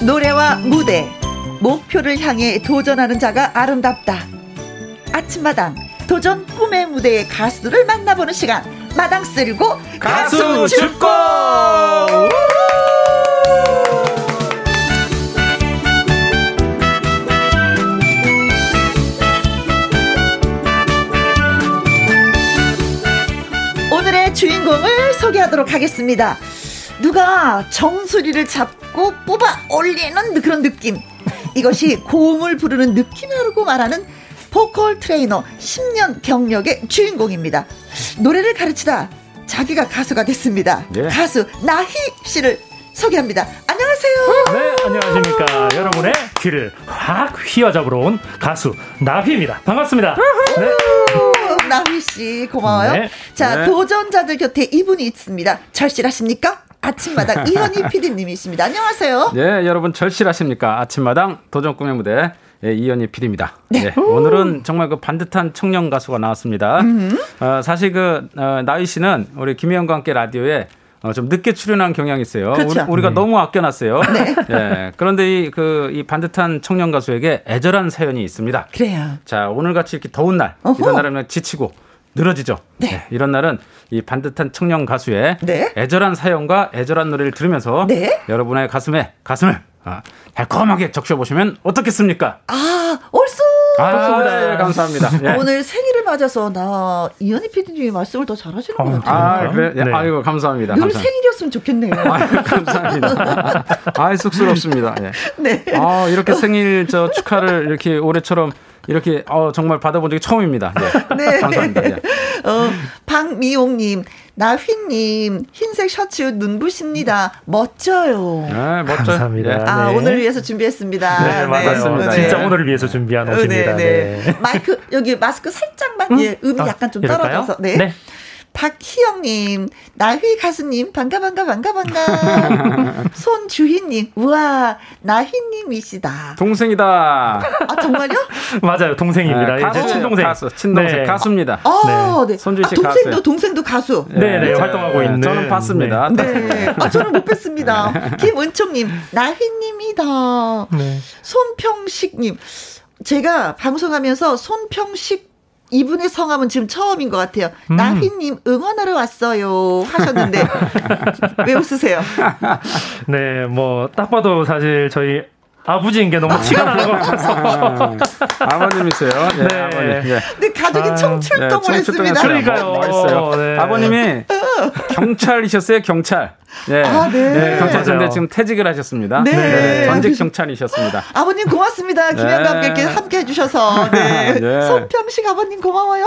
Speaker 1: 노래와 무대, 목표를 향해 도전하는 자가 아름답다. 아침마당, 도전 꿈의 무대의 가수들을 만나보는 시간. 마당 쓸고 가수 줍고! 오늘의 주인공을 소개하도록 하겠습니다. 누가 정수리를 잡고 뽑아 올리는 그런 느낌. 이것이 고음을 부르는 느낌이라고 말하는 보컬 트레이너 10년 경력의 주인공입니다. 노래를 가르치다 자기가 가수가 됐습니다.
Speaker 5: 예.
Speaker 1: 가수 나희 씨를 소개합니다. 안녕하세요.
Speaker 4: 네, 안녕하십니까. 여러분의 귀를 확 휘어잡으러 온 가수 나비입니다. 반갑습니다. 네,
Speaker 1: 나희 씨 고마워요.
Speaker 4: 네.
Speaker 1: 자
Speaker 5: 네.
Speaker 1: 도전자들 곁에 이분이 있습니다. 절실하십니까? 아침마다 이현희 PD님이십니다. 안녕하세요.
Speaker 5: 예, 여러분 절실하십니까? 아침마당 도전 꿈의 무대 예, 이현희 PD입니다. 네. 오늘은 정말 그 반듯한 청년 가수가 나왔습니다.
Speaker 1: 음.
Speaker 5: 어, 사실 그 어, 나희 씨는 우리 김혜영과 함께 라디오에 어, 좀 늦게 출연한 경향이 있어요.
Speaker 1: 그렇죠. 네.
Speaker 5: 우리, 가 너무 아껴놨어요. 예, 그런데 이, 그, 이 반듯한 청년 가수에게 애절한 사연이 있습니다.
Speaker 1: 그래요.
Speaker 5: 자, 오늘 같이 이렇게 더운 날,
Speaker 1: 어허.
Speaker 5: 이런 날은 지치고 늘어지죠.
Speaker 1: 네.
Speaker 5: 이런 날은 이 반듯한 청년 가수의
Speaker 1: 네.
Speaker 5: 애절한 사연과 애절한 노래를 들으면서
Speaker 1: 네.
Speaker 5: 여러분의 가슴에 가슴을 아, 달콤하게 적셔 보시면 어떻겠습니까?
Speaker 1: 아 얼쑤.
Speaker 5: 아, 네, 감사합니다. 예.
Speaker 1: 오늘 생일을 맞아서 나 이현희 PD님이 말씀을 더 잘하시는 것
Speaker 4: 어,
Speaker 1: 같아요.
Speaker 5: 아, 그래. 예,
Speaker 4: 네.
Speaker 5: 아이고 감사합니다.
Speaker 1: 늘
Speaker 5: 감사합니다.
Speaker 1: 생일이었으면 좋겠네요.
Speaker 5: 아유, 감사합니다. 아, 쑥스럽습니다. 예.
Speaker 1: 네.
Speaker 5: 아, 이렇게 생일 저 축하를 이렇게 올해처럼 이렇게 어, 정말 받아본 적이 처음입니다. 예.
Speaker 1: 네.
Speaker 5: 감사합니다. 예.
Speaker 1: 어, 박미용님, 나휘님, 흰색 셔츠 눈부십니다. 멋져요.
Speaker 5: 예, 멋져요.
Speaker 4: 감사합니다.
Speaker 5: 예.
Speaker 1: 아,
Speaker 4: 네.
Speaker 1: 오늘 위해서 준비했습니다. 예.
Speaker 4: 네, 맞아요.
Speaker 5: 맞습니다.
Speaker 4: 진짜
Speaker 5: 네.
Speaker 4: 오늘을 위해서 준비한
Speaker 1: 어,
Speaker 4: 옷입니다.
Speaker 1: 네,
Speaker 4: 네.
Speaker 1: 네. 마이크, 여기 마스크 살짝만, 예, 음이
Speaker 4: 아,
Speaker 1: 약간 좀
Speaker 4: 이럴까요?
Speaker 1: 떨어져서. 네.
Speaker 4: 네.
Speaker 1: 박희영님, 나휘 가수님, 반가, 반가, 반가, 반가. 손주희님, 우와, 나휘님이시다.
Speaker 5: 동생이다.
Speaker 1: 아, 정말요?
Speaker 6: 네.
Speaker 4: 맞아요.
Speaker 5: 네,
Speaker 4: 동생입니다. 예, 제
Speaker 5: 가수예요,
Speaker 4: 친동생.
Speaker 5: 가수, 친동생
Speaker 4: 네.
Speaker 5: 가수입니다.
Speaker 1: 어, 네.
Speaker 5: 손준
Speaker 1: 아,
Speaker 5: 씨
Speaker 1: 동생도
Speaker 5: 가수예요.
Speaker 1: 동생도 가수.
Speaker 5: 예,
Speaker 4: 네, 네,
Speaker 5: 저-
Speaker 4: 활동하고 있는.
Speaker 5: 저는 봤습니다.
Speaker 1: 네. 아, 저는 못 뵀습니다. 김은총님, 나휘님이다.
Speaker 4: 네.
Speaker 1: 손평식님, 제가 방송하면서 손평식 이분의 성함은 지금 처음인 것 같아요. 나희님 응원하러 왔어요 하셨는데 왜 웃으세요?
Speaker 4: 네, 뭐, 딱 봐도 사실 저희 아버지인 게 너무 티가 나는 것 같아서.
Speaker 5: 아버님이세요. 예,
Speaker 4: 네.
Speaker 5: 아버님. 예.
Speaker 1: 근데 가족이
Speaker 5: 네,
Speaker 4: 아,
Speaker 1: 청출동을
Speaker 5: 청춘
Speaker 1: 했습니다. 어.
Speaker 5: 때는 진짜
Speaker 4: 그러니까요.
Speaker 5: 멋있어요.
Speaker 4: 네.
Speaker 5: 아버님이 경찰이셨어요, 경찰. 예.
Speaker 1: 아, 네.
Speaker 5: 예, 경찰인데
Speaker 4: 맞아요.
Speaker 5: 지금 퇴직을 하셨습니다.
Speaker 1: 네.
Speaker 5: 전직 경찰이셨습니다.
Speaker 1: 아버님 고맙습니다.
Speaker 5: 네.
Speaker 1: 김현과 함께 이렇게 함께 해주셔서. 네.
Speaker 5: 네.
Speaker 1: 손평식 아버님 고마워요.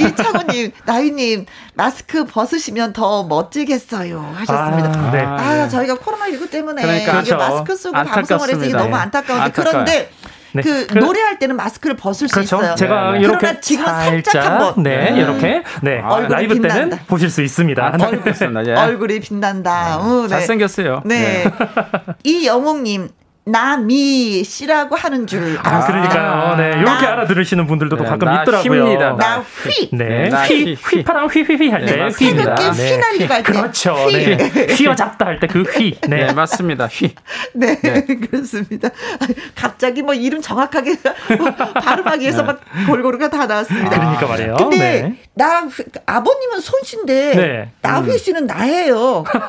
Speaker 1: 이창호님, 나희님, 마스크 벗으시면 더 멋지겠어요. 하셨습니다.
Speaker 4: 아,
Speaker 1: 아,
Speaker 4: 네.
Speaker 1: 저희가 코로나19 때문에
Speaker 5: 그러니까
Speaker 1: 이게
Speaker 4: 그렇죠.
Speaker 1: 마스크 쓰고 방송을 해서 이게
Speaker 5: 안타깝습니다.
Speaker 1: 너무
Speaker 5: 예.
Speaker 1: 안타까운데.
Speaker 5: 안타까워요.
Speaker 1: 그런데
Speaker 4: 네.
Speaker 1: 그
Speaker 4: 그래-
Speaker 1: 노래할 때는 마스크를 벗을 수
Speaker 4: 그렇죠.
Speaker 1: 있어요.
Speaker 4: 제가
Speaker 5: 네, 네.
Speaker 4: 이렇게
Speaker 1: 그러나 지금은 살짝 한번.
Speaker 4: 네, 이렇게 네
Speaker 5: 아, 얼굴이
Speaker 4: 라이브 때는
Speaker 1: 빛난다.
Speaker 4: 보실 수 있습니다.
Speaker 6: 네.
Speaker 5: 아, 털고 있습니다. 예.
Speaker 1: 얼굴이 빛난다. 어, 네.
Speaker 5: 잘생겼어요.
Speaker 1: 네. 이영웅님, 나미 씨라고 하는 줄
Speaker 6: 아,
Speaker 1: 알았어요.
Speaker 6: 그러니까요. 네, 이렇게
Speaker 1: 나-
Speaker 6: 알아들으시는 분들도
Speaker 5: 네,
Speaker 6: 가끔
Speaker 5: 나
Speaker 6: 있더라고요.
Speaker 5: 힙니다. 나-
Speaker 1: 나 휘.
Speaker 6: 네,
Speaker 5: 네, 나
Speaker 6: 휘,
Speaker 5: 휘, 휘.
Speaker 6: 휘파람 휘휘휘 할
Speaker 5: 네,
Speaker 6: 때.
Speaker 5: 맞습니다.
Speaker 1: 새벽에
Speaker 6: 네.
Speaker 1: 휘날리고 할때
Speaker 6: 그렇죠.
Speaker 1: 휘.
Speaker 6: 네. 휘어잡다 할 때 그 휘.
Speaker 5: 네,
Speaker 6: 네.
Speaker 5: 맞습니다. 휘.
Speaker 1: 네, 그렇습니다. 아, 갑자기 뭐 이름 정확하게 발음하기 위해서 막 골고루가 다 나왔습니다.
Speaker 6: 그러니까 말이에요.
Speaker 1: 근데
Speaker 6: 네.
Speaker 1: 나 휘- 아버님은 손씨인데
Speaker 6: 네.
Speaker 5: 음.
Speaker 1: 나휘 씨는 나예요.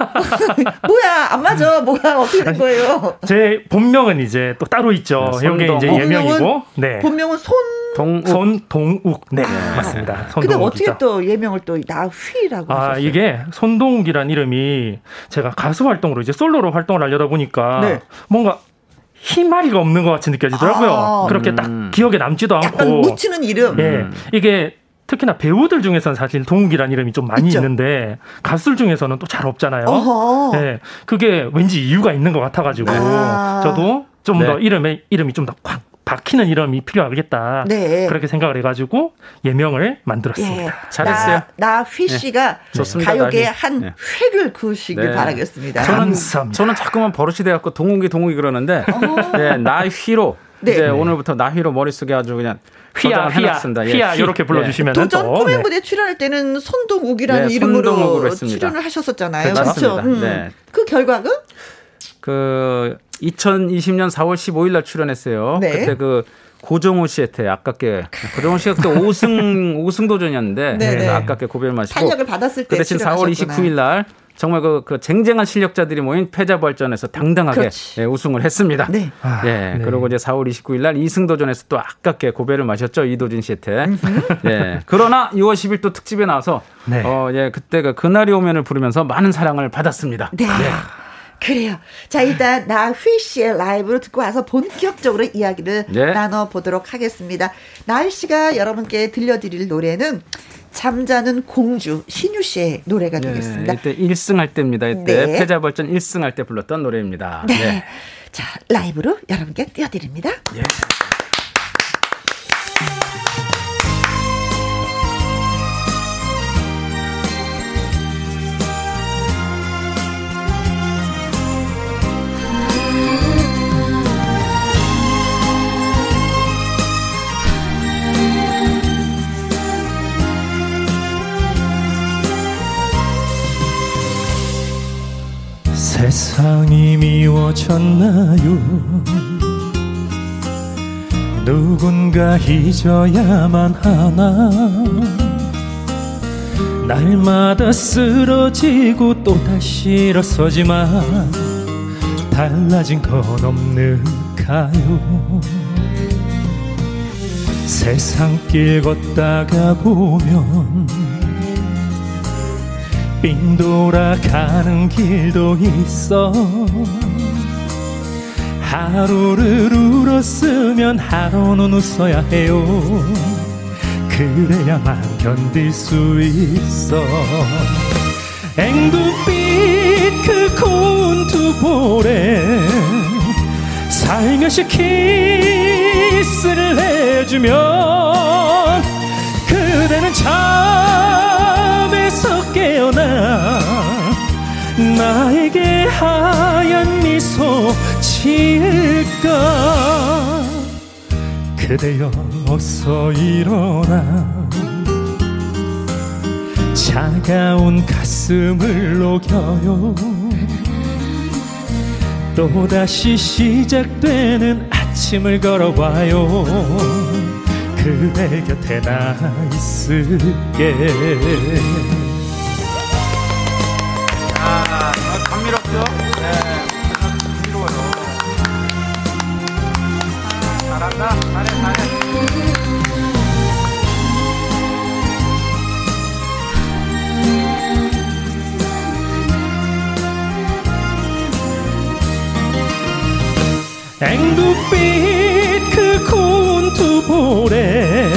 Speaker 1: 뭐야 안
Speaker 5: 음.
Speaker 1: 맞아 뭐가 어떻게 된 거예요?
Speaker 6: 제 본명은 이제 또 따로 있죠.
Speaker 5: 네,
Speaker 6: 이게
Speaker 5: 손동.
Speaker 6: 이제 예명이고. 네.
Speaker 1: 본명은 손.
Speaker 5: 동
Speaker 6: 음. 손동욱. 네, 맞습니다.
Speaker 1: 근데
Speaker 6: 손동욱이죠.
Speaker 1: 어떻게 또 예명을 또 나휘라고
Speaker 6: 아,
Speaker 1: 하셨어요?
Speaker 6: 이게 손동욱이란 이름이 제가 가수 활동으로 이제 솔로로 활동을 하려다 보니까
Speaker 1: 네.
Speaker 6: 뭔가 희마리가 없는 것 같이 느껴지더라고요.
Speaker 1: 아.
Speaker 6: 그렇게 딱 기억에 남지도
Speaker 1: 약간
Speaker 5: 어.
Speaker 1: 음.
Speaker 6: 않고.
Speaker 1: 묻히는
Speaker 5: 네.
Speaker 1: 이름.
Speaker 6: 예. 이게 특히나 배우들 중에서는 사실 동욱이란 이름이 좀 많이
Speaker 1: 있죠.
Speaker 6: 있는데 가수들 중에서는 또 잘 없잖아요.
Speaker 1: 어허.
Speaker 5: 네,
Speaker 6: 예. 그게 왠지 이유가 있는 것 같아가지고
Speaker 1: 아.
Speaker 6: 저도 좀 더
Speaker 5: 네.
Speaker 6: 이름에 이름이 좀 더 확 박히는 이름이 필요하겠다.
Speaker 1: 네.
Speaker 6: 그렇게 생각을 해가지고 예명을 만들었습니다.
Speaker 1: 예.
Speaker 5: 잘했어요. 네.
Speaker 1: 나, 나휘 씨가
Speaker 5: 좋습니다,
Speaker 1: 가요계에
Speaker 5: 나휘.
Speaker 1: 한
Speaker 5: 네.
Speaker 1: 획을 그으시길
Speaker 5: 네.
Speaker 1: 바라겠습니다.
Speaker 6: 감사합니다.
Speaker 5: 저는 자꾸만 버릇이 돼갖고 동욱이 동욱이 그러는데 네, 나 휘로
Speaker 1: 어. 네.
Speaker 5: 이제 오늘부터 나 휘로 머릿속에 아주 그냥
Speaker 6: 휘야,
Speaker 5: 저장을
Speaker 6: 휘야,
Speaker 5: 해놨습니다. 예,
Speaker 6: 휘야
Speaker 5: 휘.
Speaker 6: 이렇게 불러주시면
Speaker 1: 도전
Speaker 6: 또
Speaker 1: 꿈의
Speaker 6: 네.
Speaker 1: 무대 출연할 때는 손동욱이라는
Speaker 5: 네, 손동욱으로
Speaker 1: 이름으로
Speaker 5: 했습니다.
Speaker 1: 출연을 하셨었잖아요.
Speaker 5: 그렇죠.
Speaker 1: 그렇죠.
Speaker 5: 맞습니다. 네.
Speaker 1: 그 결과가
Speaker 5: 예. 그 2020년 4월 15일 날 출연했어요.
Speaker 1: 네.
Speaker 5: 그때 그 고정호 씨한테 아깝게 고정호 씨가 그때 5승 5승 도전이었는데
Speaker 1: 네, 네.
Speaker 5: 아깝게 고별 마시고
Speaker 1: 탄력을 받았을 때
Speaker 5: 그 대신 4월
Speaker 1: 출연하셨구나.
Speaker 5: 29일 날 정말 그, 그 쟁쟁한 실력자들이 모인 패자부활전에서 당당하게
Speaker 1: 그렇지.
Speaker 5: 예, 우승을 했습니다.
Speaker 1: 네.
Speaker 6: 아,
Speaker 5: 예, 그리고 이제 4월 29일 날 2승도전에서 또 아깝게 고배를 마셨죠. 이도진 씨한테. 예. 그러나 6월 10일 또 특집에 나와서
Speaker 6: 네.
Speaker 5: 어, 예, 그때 그 그날이 오면을 부르면서 많은 사랑을 받았습니다.
Speaker 1: 네. 그래요. 자, 일단 나휘 씨의 라이브로 듣고 와서 본격적으로 이야기를
Speaker 5: 네.
Speaker 1: 나눠보도록 하겠습니다. 나휘 씨가 여러분께 들려드릴 노래는 잠자는 공주 신유 씨의 노래가
Speaker 5: 예,
Speaker 1: 되겠습니다.
Speaker 5: 이때 1승 할 때입니다. 이때
Speaker 1: 네.
Speaker 5: 패자벌전 1승 할 때 불렀던 노래입니다.
Speaker 1: 네.
Speaker 5: 예.
Speaker 1: 자, 라이브로 여러분께 띄워드립니다.
Speaker 6: 세상이 미워졌나요? 누군가 잊어야만 하나? 날마다 쓰러지고 또다시 일어서지만 달라진 건 없는가요? 세상길 걷다가 보면 삥 돌아가는 길도 있어 하루를 울었으면 하루는 웃어야 해요 그래야만 견딜 수 있어 앵두빛 그 고운 두볼에 살며시 키스를 해주면 그대는 잠에서 깨어나 나에게 하얀 미소 지을까 그대여 어서 일어나 차가운 가슴을 녹여요 또다시 시작되는 아침을 걸어봐요 그대 곁에 나 있을게
Speaker 5: 감미롭죠? 감미로워요. 잘한다. 잘해, 잘해.
Speaker 6: 앵두빛 그 고운 두볼에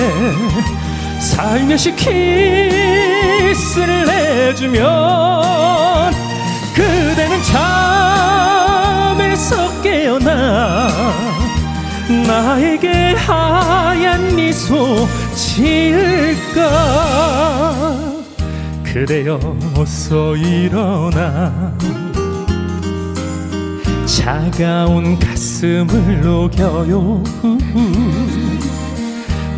Speaker 6: 살며시 키스를 해주면 그대는 잠에서 깨어나 나에게 하얀 미소 지을까 그대여 어서 일어나
Speaker 7: 차가운 가슴을 녹여요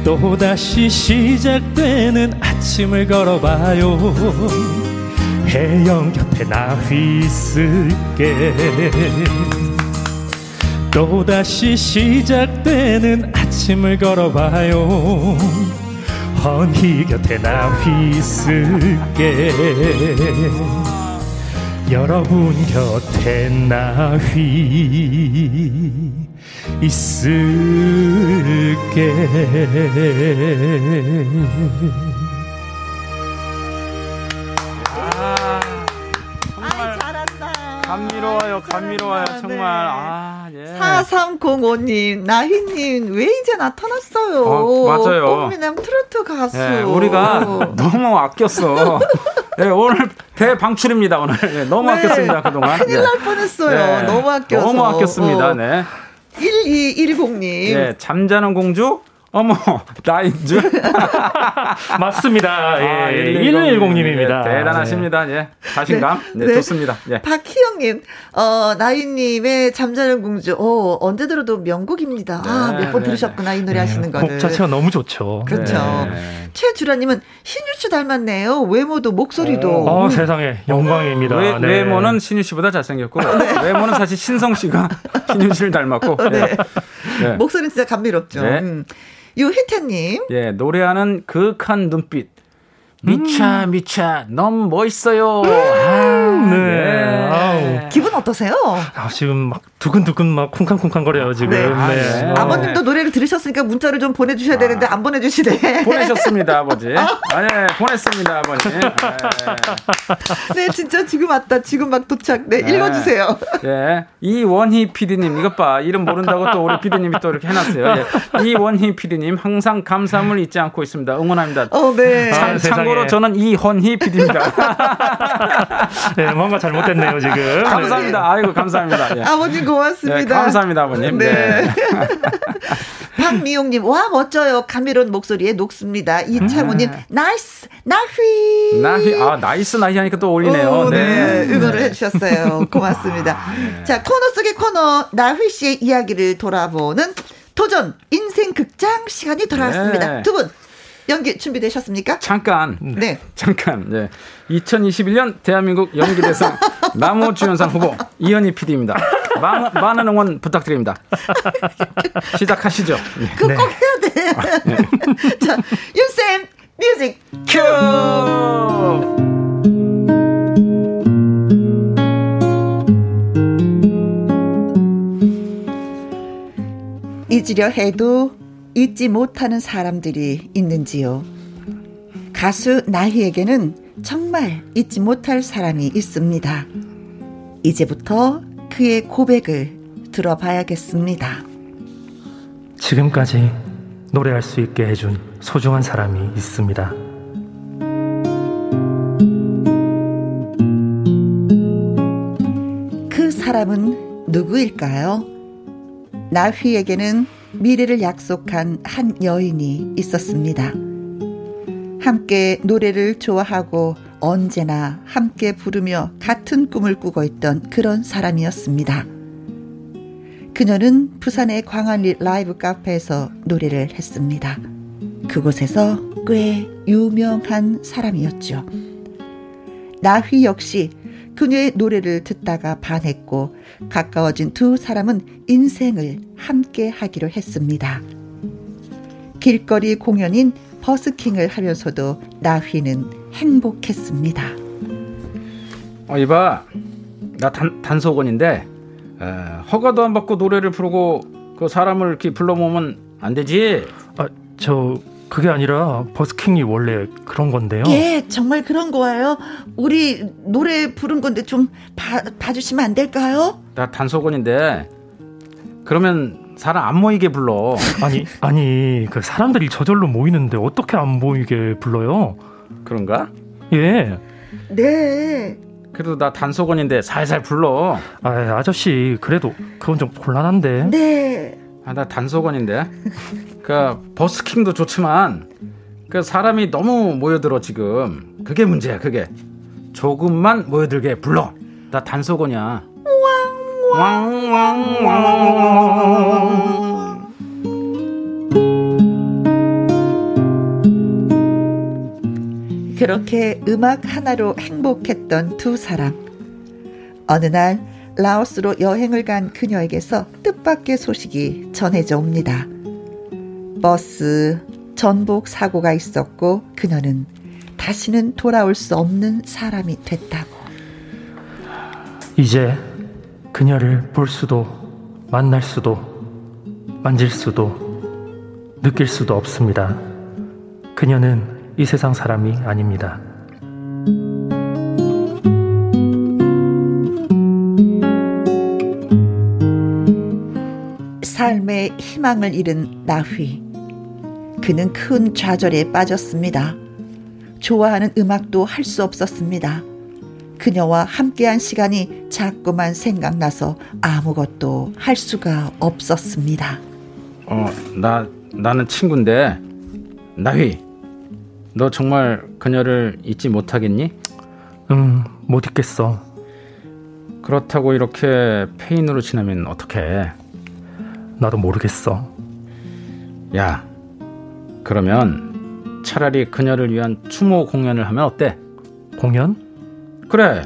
Speaker 7: 또다시 시작되는 아침을 걸어봐요
Speaker 6: 해영 곁에 나 있을게
Speaker 7: 또다시 시작되는 아침을 걸어봐요
Speaker 6: 헌희 곁에 나 있을게 여러분 곁에 나 있을게
Speaker 1: 아이, 잘한다.
Speaker 5: 아,
Speaker 1: 네.
Speaker 5: 감미로워요, 감미로워요, 정말. 아, 예.
Speaker 1: 4305님, 나희님, 왜 이제 나타났어요?
Speaker 5: 어, 맞아요.
Speaker 1: 꽃미남 트로트 가수.
Speaker 5: 예, 우리가 너무 아꼈어. 예, 오늘 대방출입니다, 오늘. 예, 너무
Speaker 1: 네.
Speaker 5: 아꼈습니다, 그동안.
Speaker 1: 큰일
Speaker 5: 예.
Speaker 1: 날 뻔했어요.
Speaker 5: 예,
Speaker 1: 너무 아껴서.
Speaker 5: 너무 아꼈습니다,
Speaker 1: 어,
Speaker 5: 네.
Speaker 1: 1210님.
Speaker 5: 예, 잠자는 공주? 어머, 나인 줄?
Speaker 6: 맞습니다.
Speaker 5: 아,
Speaker 6: 예,
Speaker 5: 110 님.
Speaker 6: 110님입니다. 네.
Speaker 5: 예, 대단하십니다, 예. 자신감? 네,
Speaker 1: 네.
Speaker 5: 좋습니다. 예.
Speaker 1: 박희영님, 어, 나인님의 잠자는 공주, 어, 언제 들어도 명곡입니다. 아,
Speaker 5: 네,
Speaker 1: 몇 번
Speaker 5: 네,
Speaker 1: 들으셨구나, 이 노래 하시는 거는.
Speaker 6: 곡 자체가 너무 좋죠.
Speaker 1: 그렇죠.
Speaker 5: 네.
Speaker 1: 최주라님은 신유 씨 닮았네요. 외모도 목소리도.
Speaker 5: 아,
Speaker 6: 어, 세상에 영광입니다.
Speaker 5: 외,
Speaker 6: 네.
Speaker 5: 외모는 신유 씨보다 잘생겼고,
Speaker 1: 네.
Speaker 5: 네. 외모는 사실 신성 씨가 신유 씨를 닮았고, 예. 예.
Speaker 1: 목소리는 진짜 감미롭죠.
Speaker 5: 네.
Speaker 1: 음. 유혜태님,
Speaker 5: 예, 노래하는 그윽한 눈빛. 미차 미차 넌
Speaker 1: 음.
Speaker 5: 멋있어요. 아,
Speaker 6: 네.
Speaker 5: 네.
Speaker 6: 아우.
Speaker 1: 기분 어떠세요?
Speaker 6: 아, 지금 막 두근두근 막 쿵쾅쿵쾅거려요, 지금.
Speaker 1: 네.
Speaker 6: 네.
Speaker 5: 아, 네. 아.
Speaker 6: 어.
Speaker 1: 아버님도 노래를 들으셨으니까 문자를 좀 보내주셔야 되는데 안 보내주시네.
Speaker 5: 보내셨습니다 아버지. 아, 예, 보냈습니다 아버님.
Speaker 1: 네, 진짜 지금 왔다. 지금 막 도착. 네, 읽어주세요.
Speaker 5: 예, 예. 이원희 PD님 이것 봐 이름 모른다고 또 우리 PD님이 또 이렇게 해놨어요. 예. 이원희 PD님 항상 감사함을 잊지 않고 있습니다. 응원합니다.
Speaker 1: 어, 네.
Speaker 6: 아,
Speaker 5: 참,
Speaker 6: 세상에.
Speaker 5: 참고로 저는 이헌희 PD입니다.
Speaker 6: 네, 뭔가 잘못됐네요, 지금.
Speaker 5: 감사합니다. 아이고 감사합니다. 예.
Speaker 1: 아버님 고맙습니다.
Speaker 5: 예, 감사합니다 아버님.
Speaker 1: 네.
Speaker 5: 네.
Speaker 1: 박미용님, 와, 멋져요. 감미로운 목소리에 녹습니다. 이창호님,
Speaker 5: 음.
Speaker 1: 나이스, 나휘.
Speaker 5: 나희 아 나이스 나희 하니까 또
Speaker 1: 오,
Speaker 5: 어울리네요.
Speaker 1: 네.
Speaker 5: 네. 아,
Speaker 1: 응원을 해주셨어요. 고맙습니다. 자, 코너 속의 코너, 나휘 씨의 이야기를 돌아보는 도전 인생 극장 시간이 돌아왔습니다.
Speaker 5: 네.
Speaker 1: 두 분, 연기 준비되셨습니까?
Speaker 5: 잠깐
Speaker 6: 음.
Speaker 1: 네.
Speaker 5: 잠깐 예. 2021년 대한민국 연기대상 남우주연상 후보 이현희 PD입니다. 많은, 많은 응원 부탁드립니다. 시작하시죠. 예.
Speaker 1: 그거 꼭 해야 돼.
Speaker 5: 아, 네.
Speaker 1: 자, 윤쌤, 뮤직
Speaker 5: 큐!
Speaker 8: 잊으려 해도 잊지 못하는 사람들이 있는지요. 가수 나희에게는 정말 잊지 못할 사람이 있습니다. 이제부터 그의 고백을 들어봐야겠습니다.
Speaker 6: 지금까지 노래할 수 있게 해준 소중한 사람이 있습니다.
Speaker 8: 그 사람은 누구일까요? 나휘에게는 미래를 약속한 한 여인이 있었습니다. 함께 노래를 좋아하고 언제나 함께 부르며 같은 꿈을 꾸고 있던 그런 사람이었습니다. 그녀는 부산의 광안리 라이브 카페에서 노래를 했습니다. 그곳에서 꽤 유명한 사람이었죠. 나휘 역시 그녀의 노래를 듣다가 반했고 가까워진 두 사람은 인생을 함께 하기로 했습니다. 길거리 공연인 버스킹을 하면서도 나휘는 행복했습니다.
Speaker 5: 어, 이봐 나 단, 단속원인데 어, 허가도 안 받고 노래를 부르고 그 사람을 이렇게 불러모으면 안 되지.
Speaker 6: 아, 저 그게 아니라 버스킹이 원래 그런 건데요.
Speaker 1: 예, 정말 그런 거예요. 우리 노래 부른 건데 좀 봐, 봐주시면 안 될까요?
Speaker 5: 나 단속원인데 그러면 사람 안 모이게 불러.
Speaker 6: 아니, 아니, 그 사람들이 저절로 모이는데 어떻게 안 보이게 불러요?
Speaker 5: 그런가?
Speaker 6: 예.
Speaker 1: 네.
Speaker 5: 그래도 나 단속원인데 살살 불러.
Speaker 6: 아, 아저씨, 그래도 그건 좀 곤란한데.
Speaker 1: 네.
Speaker 5: 아, 나 단속원인데. 그 버스킹도 좋지만 그 사람이 너무 모여들어 지금. 그게 문제야, 그게. 조금만 모여들게 불러. 나 단속원이야.
Speaker 1: 그렇게 음악 하나로 행복했던 두 사람. 어느 날 라오스로 여행을 간 그녀에게서 뜻밖의 소식이 전해져 옵니다. 버스 전복 사고가 있었고 그녀는 다시는 돌아올 수 없는 사람이 됐다고.
Speaker 4: 이제 그녀를 볼 수도 만날 수도 만질 수도 느낄 수도 없습니다. 그녀는 이 세상 사람이 아닙니다.
Speaker 1: 삶의 희망을 잃은 나휘. 그는 큰 좌절에 빠졌습니다. 좋아하는 음악도 할 수 없었습니다. 그녀와 함께한 시간이 자꾸만 생각나서 아무것도 할 수가 없었습니다.
Speaker 5: 어, 나 나는 친구인데 나휘, 너 정말 그녀를 잊지 못하겠니?
Speaker 4: 음, 못 있겠어.
Speaker 5: 그렇다고 이렇게 페인으로 지나면 어떡해?
Speaker 4: 나도 모르겠어.
Speaker 5: 야, 그러면 차라리 그녀를 위한 추모 공연을 하면 어때?
Speaker 4: 공연?
Speaker 5: 그래,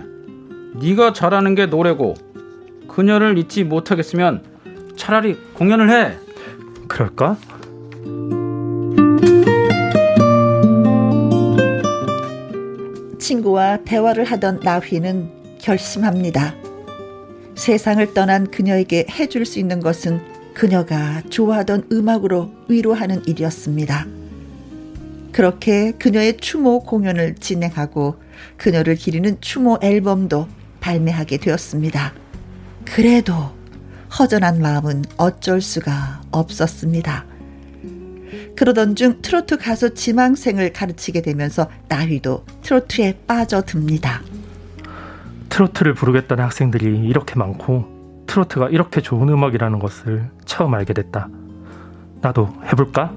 Speaker 5: 네가 잘하는 게 노래고 그녀를 잊지 못하겠으면 차라리 공연을 해.
Speaker 4: 그럴까?
Speaker 1: 친구와 대화를 하던 나휘는 결심합니다. 세상을 떠난 그녀에게 해줄 수 있는 것은 그녀가 좋아하던 음악으로 위로하는 일이었습니다. 그렇게 그녀의 추모 공연을 진행하고 그녀를 기리는 추모 앨범도 발매하게 되었습니다. 그래도 허전한 마음은 어쩔 수가 없었습니다. 그러던 중 트로트 가수 지망생을 가르치게 되면서 나휘도 트로트에 빠져듭니다.
Speaker 4: 트로트를 부르겠다는 학생들이 이렇게 많고 트로트가 이렇게 좋은 음악이라는 것을 처음 알게 됐다. 나도 해볼까?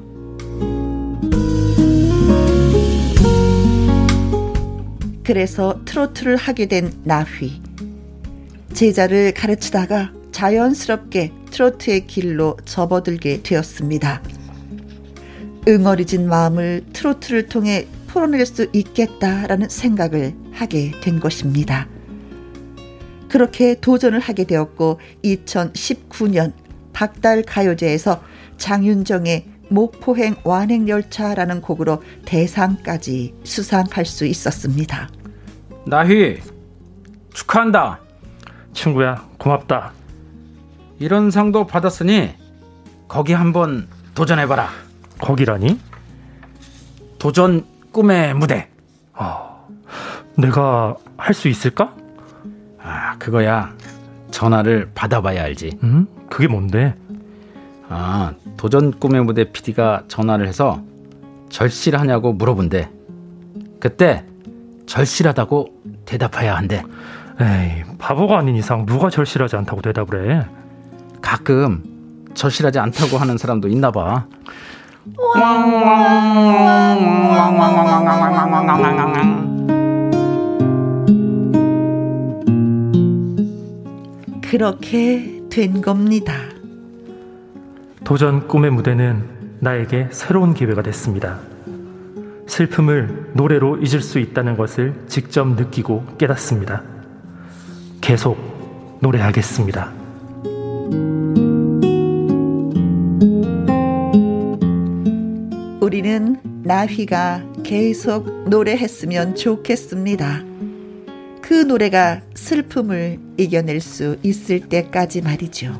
Speaker 1: 그래서 트로트를 하게 된 나휘. 제자를 가르치다가 자연스럽게 트로트의 길로 접어들게 되었습니다. 응어리진 마음을 트로트를 통해 풀어낼 수 있겠다라는 생각을 하게 된 것입니다. 그렇게 도전을 하게 되었고 2019년 박달 가요제에서 장윤정의 목포행 완행열차라는 곡으로 대상까지 수상할 수 있었습니다.
Speaker 5: 나휘, 축하한다.
Speaker 4: 친구야, 고맙다.
Speaker 5: 이런 상도 받았으니 거기 한번 도전해봐라.
Speaker 4: 거기라니?
Speaker 5: 도전 꿈의 무대.
Speaker 4: 내가 할 수 있을까?
Speaker 5: 아, 그거야. 전화를 받아봐야 알지.
Speaker 4: 응? 그게 뭔데?
Speaker 5: 아, 도전 꿈의 무대 PD가 전화를 해서 절실하냐고 물어본대. 그때 절실하다고 대답해야 한대.
Speaker 4: 에이, 바보가 아닌 이상 누가 절실하지 않다고 대답을 해.
Speaker 5: 가끔 절실하지 않다고 하는 사람도 있나 봐.
Speaker 1: 그렇게 된 겁니다.
Speaker 4: 도전 꿈의 무대는 나에게 새로운 기회가 됐습니다. 슬픔을 노래로 잊을 수 있다는 것을 직접 느끼고 깨닫습니다. 계속 노래하겠습니다.
Speaker 1: 우리는 나휘가 계속 노래했으면 좋겠습니다. 그 노래가 슬픔을 이겨낼 수 있을 때까지 말이죠.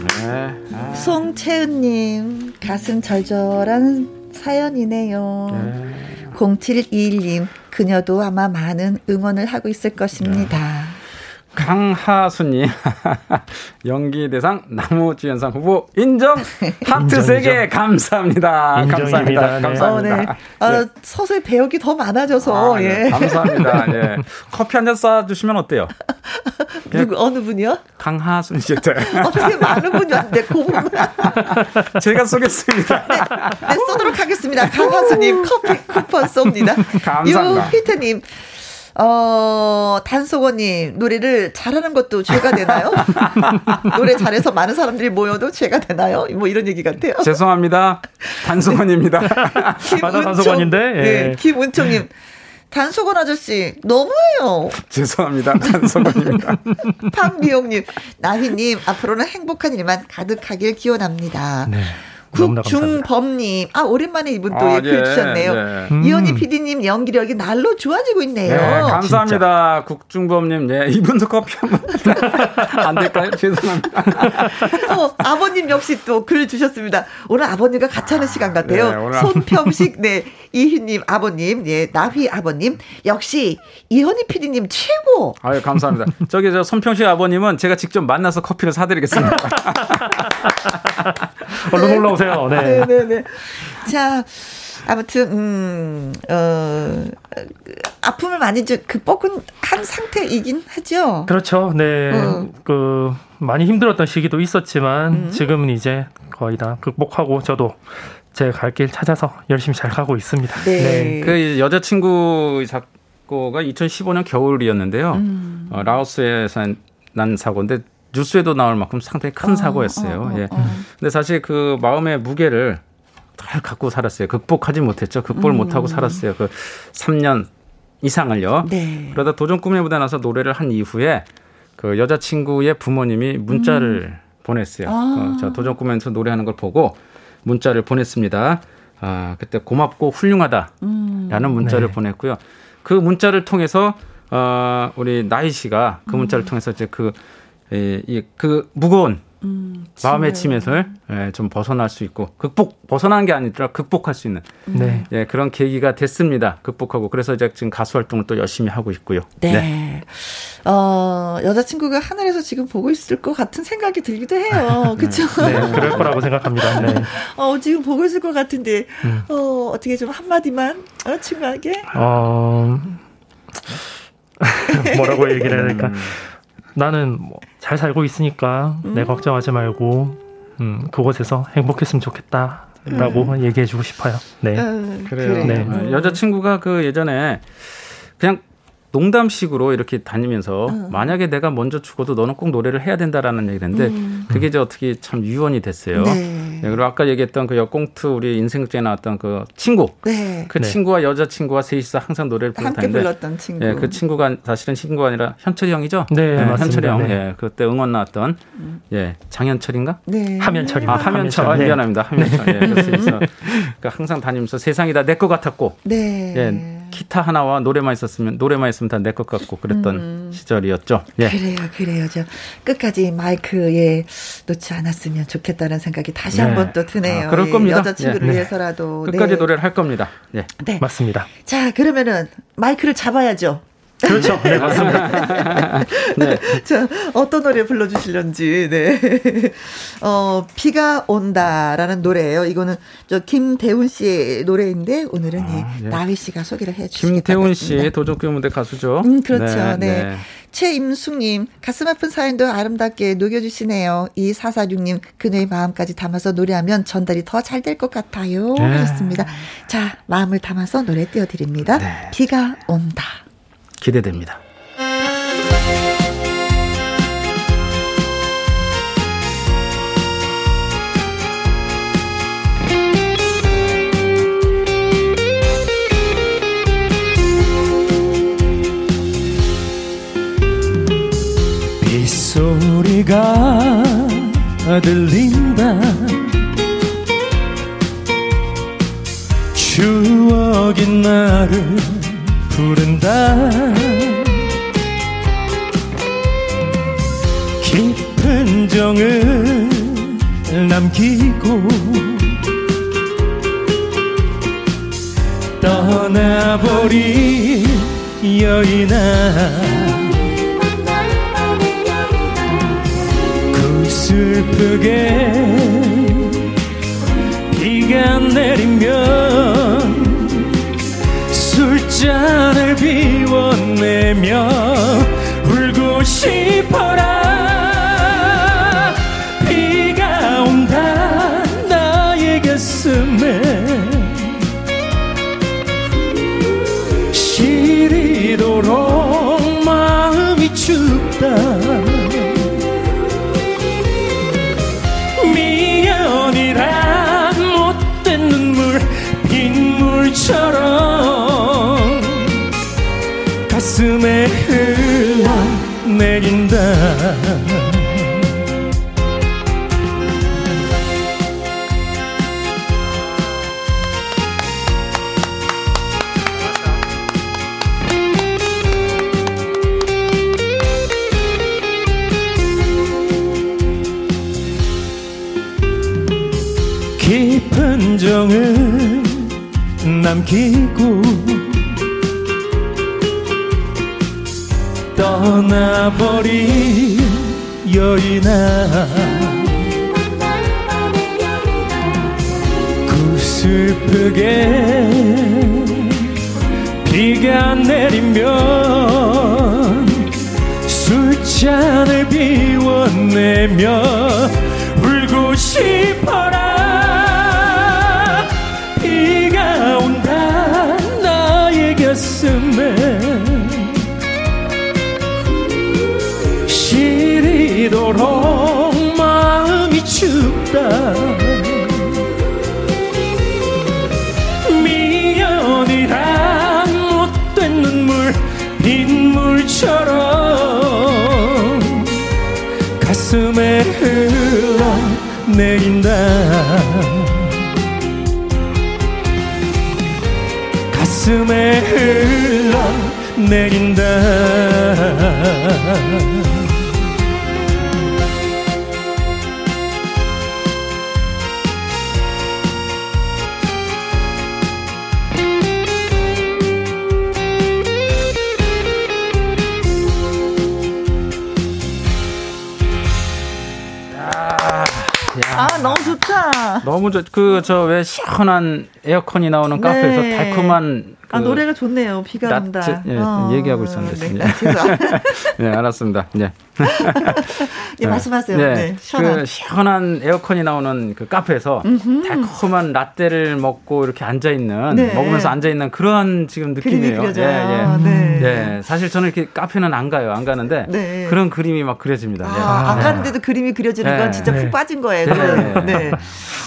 Speaker 4: 네.
Speaker 1: 송채은님 가슴 절절한 사연이네요. 0721님 그녀도 아마 많은 응원을 하고 있을 것입니다.
Speaker 5: 네. 강하수님 연기 대상 나무주연상 후보 인정 하트
Speaker 4: 인정이죠.
Speaker 5: 세 개 감사합니다. 감사합니다.
Speaker 4: 인정입니다. 네. 어,
Speaker 1: 어, 네.
Speaker 5: 감사합니다. 예.
Speaker 1: 아, 서서히 배역이 더 많아져서
Speaker 5: 아,
Speaker 1: 예.
Speaker 5: 네. 감사합니다. 예. 커피 한 잔 쏴 주시면 어때요?
Speaker 1: 누구 어느 분이요?
Speaker 5: 강하순 씨
Speaker 1: 어떻게 많은 분이 왔는데 그 부분
Speaker 5: 제가 쏘겠습니다.
Speaker 1: 네, 쏘도록 하겠습니다. 강하수님 커피 쿠폰 쏩니다.
Speaker 5: 감사합니다.
Speaker 1: 유희태님. 어, 단속원님, 노래를 잘하는 것도 죄가 되나요? 노래 잘해서 많은 사람들이 모여도 죄가 되나요? 뭐 이런 얘기 같아요.
Speaker 5: 죄송합니다. 단속원입니다.
Speaker 4: 바다 단속원인데, 예.
Speaker 1: 네, 김은총님. 단속원 아저씨, 너무해요.
Speaker 5: 죄송합니다. 단속원입니다.
Speaker 1: 박미용님, 나희님, 앞으로는 행복한 일만 가득하길 기원합니다.
Speaker 4: 네. 너무나 감사합니다.
Speaker 1: 국중범님, 아 오랜만에 이분 또
Speaker 5: 아,
Speaker 1: 예, 글
Speaker 5: 예,
Speaker 1: 주셨네요.
Speaker 5: 네.
Speaker 4: 음.
Speaker 1: 이현희 PD님 연기력이 날로 좋아지고 있네요.
Speaker 5: 네,
Speaker 4: 어,
Speaker 5: 감사합니다. 국중범님, 예, 이분도 커피 한번 안 될까요? 죄송합니다.
Speaker 1: 어, 아버님 역시 또 글 주셨습니다. 오늘 아버님과 같이 하는 시간 같아요.
Speaker 5: 네, 오늘
Speaker 1: 손평식, 네, 이희님 아버님, 예, 나휘 아버님 역시 이현희 PD님 최고.
Speaker 5: 아유, 예, 감사합니다. 저기 저 손평식 아버님은 제가 직접 만나서 커피를 사드리겠습니다.
Speaker 4: 얼른 올라오세요.
Speaker 5: 아,
Speaker 4: 네.
Speaker 1: 네네네. 자, 아무튼, 음, 어, 그 아픔을 많이 좀 극복은 한 상태이긴 하죠.
Speaker 4: 그렇죠. 네.
Speaker 1: 음.
Speaker 4: 그 많이 힘들었던 시기도 있었지만 지금은 이제 거의 다 극복하고 저도 제 갈 길 찾아서 열심히 잘 가고 있습니다.
Speaker 1: 네.
Speaker 5: 그 이제 여자친구 작고가 2015년 겨울이었는데요. 어, 라오스에서 난 사고인데 뉴스에도 나올 만큼 상당히 큰 사고였어요. 예. 근데 사실 그 마음의 무게를 잘 갖고 살았어요. 극복하지 못했죠. 극복을 못하고 살았어요. 그 3년 이상을요.
Speaker 1: 네.
Speaker 5: 그러다 도전 꿈에 무대 나서 노래를 한 이후에 그 여자친구의 부모님이 문자를 보냈어요. 어, 저 도전 꿈에서 노래하는 걸 보고 문자를 보냈습니다. 아, 그때 고맙고 훌륭하다라는 문자를 보냈고요. 그 문자를 통해서 어, 우리 나희 씨가 그 문자를 통해서 이제 그, 이, 이, 그 무거운 마음의 짐에서 예, 좀 벗어날 수 있고 극복 벗어나는 게 아니라 극복할 수 있는
Speaker 4: 네.
Speaker 5: 예, 그런 계기가 됐습니다. 극복하고 그래서 이제 지금 가수 활동을 또 열심히 하고 있고요.
Speaker 1: 네. 어, 여자친구가 하늘에서 지금 보고 있을 것 같은 생각이 들기도 해요. 그쵸?
Speaker 4: 네. 그럴 거라고 생각합니다. 네.
Speaker 1: 어, 지금 보고 있을 것 같은데,
Speaker 5: 음.
Speaker 1: 어, 어떻게 좀 한마디만, 어, 친구에게?
Speaker 5: 아,
Speaker 4: 어 뭐라고 얘기를 해야 될까? 나는 뭐잘 살고 있으니까 내 걱정하지 말고 음, 그곳에서 행복했으면 좋겠다라고 얘기해주고 싶어요. 네.
Speaker 1: 어,
Speaker 5: 그래요.
Speaker 4: 네.
Speaker 5: 어, 여자친구가 그 예전에 그냥 농담식으로 이렇게 다니면서 만약에 내가 먼저 죽어도 너는 꼭 노래를 해야 된다라는 얘기를 했는데 그게 이제 어떻게 참 유언이
Speaker 1: 음.
Speaker 5: 됐어요.
Speaker 1: 네.
Speaker 5: 예, 그리고 아까 얘기했던 그 역공투 우리 인생극장에 나왔던 그 친구
Speaker 1: 네.
Speaker 5: 그
Speaker 4: 네.
Speaker 5: 친구와 여자친구와 셋이서 항상 노래를
Speaker 1: 함께
Speaker 5: 불렀다는데
Speaker 1: 불렀던 친구.
Speaker 5: 예, 그 친구가 사실은 친구가 아니라 현철이 형이죠?
Speaker 4: 네,
Speaker 5: 예,
Speaker 4: 맞습니다.
Speaker 5: 현철이 형.
Speaker 4: 네.
Speaker 5: 예, 그때 응원 나왔던
Speaker 1: 음.
Speaker 5: 예, 장현철인가?
Speaker 1: 네.
Speaker 4: 화면처리.
Speaker 5: 아, 하면철.
Speaker 4: 네.
Speaker 5: 아, 미안합니다. 하면철. 예, 그래서 있어. 그러니까 항상 다니면서 세상이 다 내 것 같았고
Speaker 1: 네.
Speaker 5: 예, 기타 하나와 노래만 있었으면 노래만 있으면 다 내 것 같고 그랬던
Speaker 1: 음.
Speaker 5: 시절이었죠. 예.
Speaker 1: 그래요, 그래요. 저 끝까지 마이크에 놓지 않았으면 좋겠다는 생각이 다시
Speaker 5: 네.
Speaker 1: 한번 또 드네요.
Speaker 5: 아, 그럴
Speaker 1: 예,
Speaker 5: 겁니다.
Speaker 1: 여자친구를
Speaker 5: 예.
Speaker 1: 위해서라도.
Speaker 5: 끝까지
Speaker 1: 네.
Speaker 5: 노래를 할 겁니다. 예.
Speaker 1: 네.
Speaker 4: 맞습니다.
Speaker 1: 자, 그러면은 마이크를 잡아야죠.
Speaker 4: 그렇죠. 네, 맞습니다.
Speaker 5: 네.
Speaker 1: 자, 어떤 노래 불러주실런지, 네. 어, 비가 온다라는 노래예요 이거는 저 김대훈 씨의 노래인데, 오늘은 예,
Speaker 5: 예.
Speaker 1: 나위 씨가 소개를 해 주시겠다.
Speaker 5: 김태훈 씨 도전교 무대 가수죠.
Speaker 1: 음, 그렇죠. 네. 최임숙님, 가슴 아픈 사연도 아름답게 녹여주시네요. 이 사사육님, 그녀의 마음까지 담아서 노래하면 전달이 더 잘 될 것 같아요.
Speaker 5: 네.
Speaker 1: 하셨습니다. 자, 마음을 담아서 노래 띄워드립니다.
Speaker 5: 네.
Speaker 1: 비가 온다.
Speaker 5: 기대됩니다.
Speaker 6: 빗소리가 들린다 추억이 나를 부른다 깊은 정을 남기고 떠나버린 여인아 그 슬프게 비가 내리면 술잔을 비워내며 울고 싶어 없다 미련이란 못된 눈물 빗물처럼 가슴에 흘러내린다 깊은 정은 남기고 떠나버린 여인아 그 구슬프게 비가 내리면 술잔을 비워내며 울고 싶어라 비가 온다 나의 곁음에 시리도록 마음이 춥다 미연이란 못된 눈물 빗물처럼 가슴에 흘러내린다 가슴에 흘러내린다
Speaker 1: 아, 너무 좋다.
Speaker 5: 너무 좋. 그 저 왜 시원한 에어컨이 나오는 카페에서
Speaker 1: 네.
Speaker 5: 달콤한 그
Speaker 1: 아, 노래가 좋네요. 비가
Speaker 5: 낮-
Speaker 1: 온다.
Speaker 5: 제- 예, 얘기하고 있었는데,
Speaker 1: 네,
Speaker 5: 예.
Speaker 1: 낮에서.
Speaker 5: 네, 알았습니다. 네.
Speaker 1: 예, 말씀하세요.
Speaker 5: 네.
Speaker 1: 네,
Speaker 5: 그
Speaker 1: 시원한.
Speaker 5: 시원한 에어컨이 나오는 그 카페에서 달콤한 라떼를 먹고 이렇게 앉아 있는
Speaker 1: 네.
Speaker 5: 먹으면서 앉아 있는 그러한 지금
Speaker 1: 그림이
Speaker 5: 느낌이에요.
Speaker 1: 그려져요.
Speaker 5: 예.
Speaker 1: 네.
Speaker 5: 예, 사실 저는 이렇게 카페는 안 가요. 안 가는데
Speaker 1: 네.
Speaker 5: 그런 그림이 막 그려집니다. 예.
Speaker 1: 아, 안 가는데도 그림이 그려지는
Speaker 5: 네.
Speaker 1: 건 진짜
Speaker 4: 네.
Speaker 1: 푹 빠진 거예요.
Speaker 5: 네.
Speaker 1: 그거는. 네.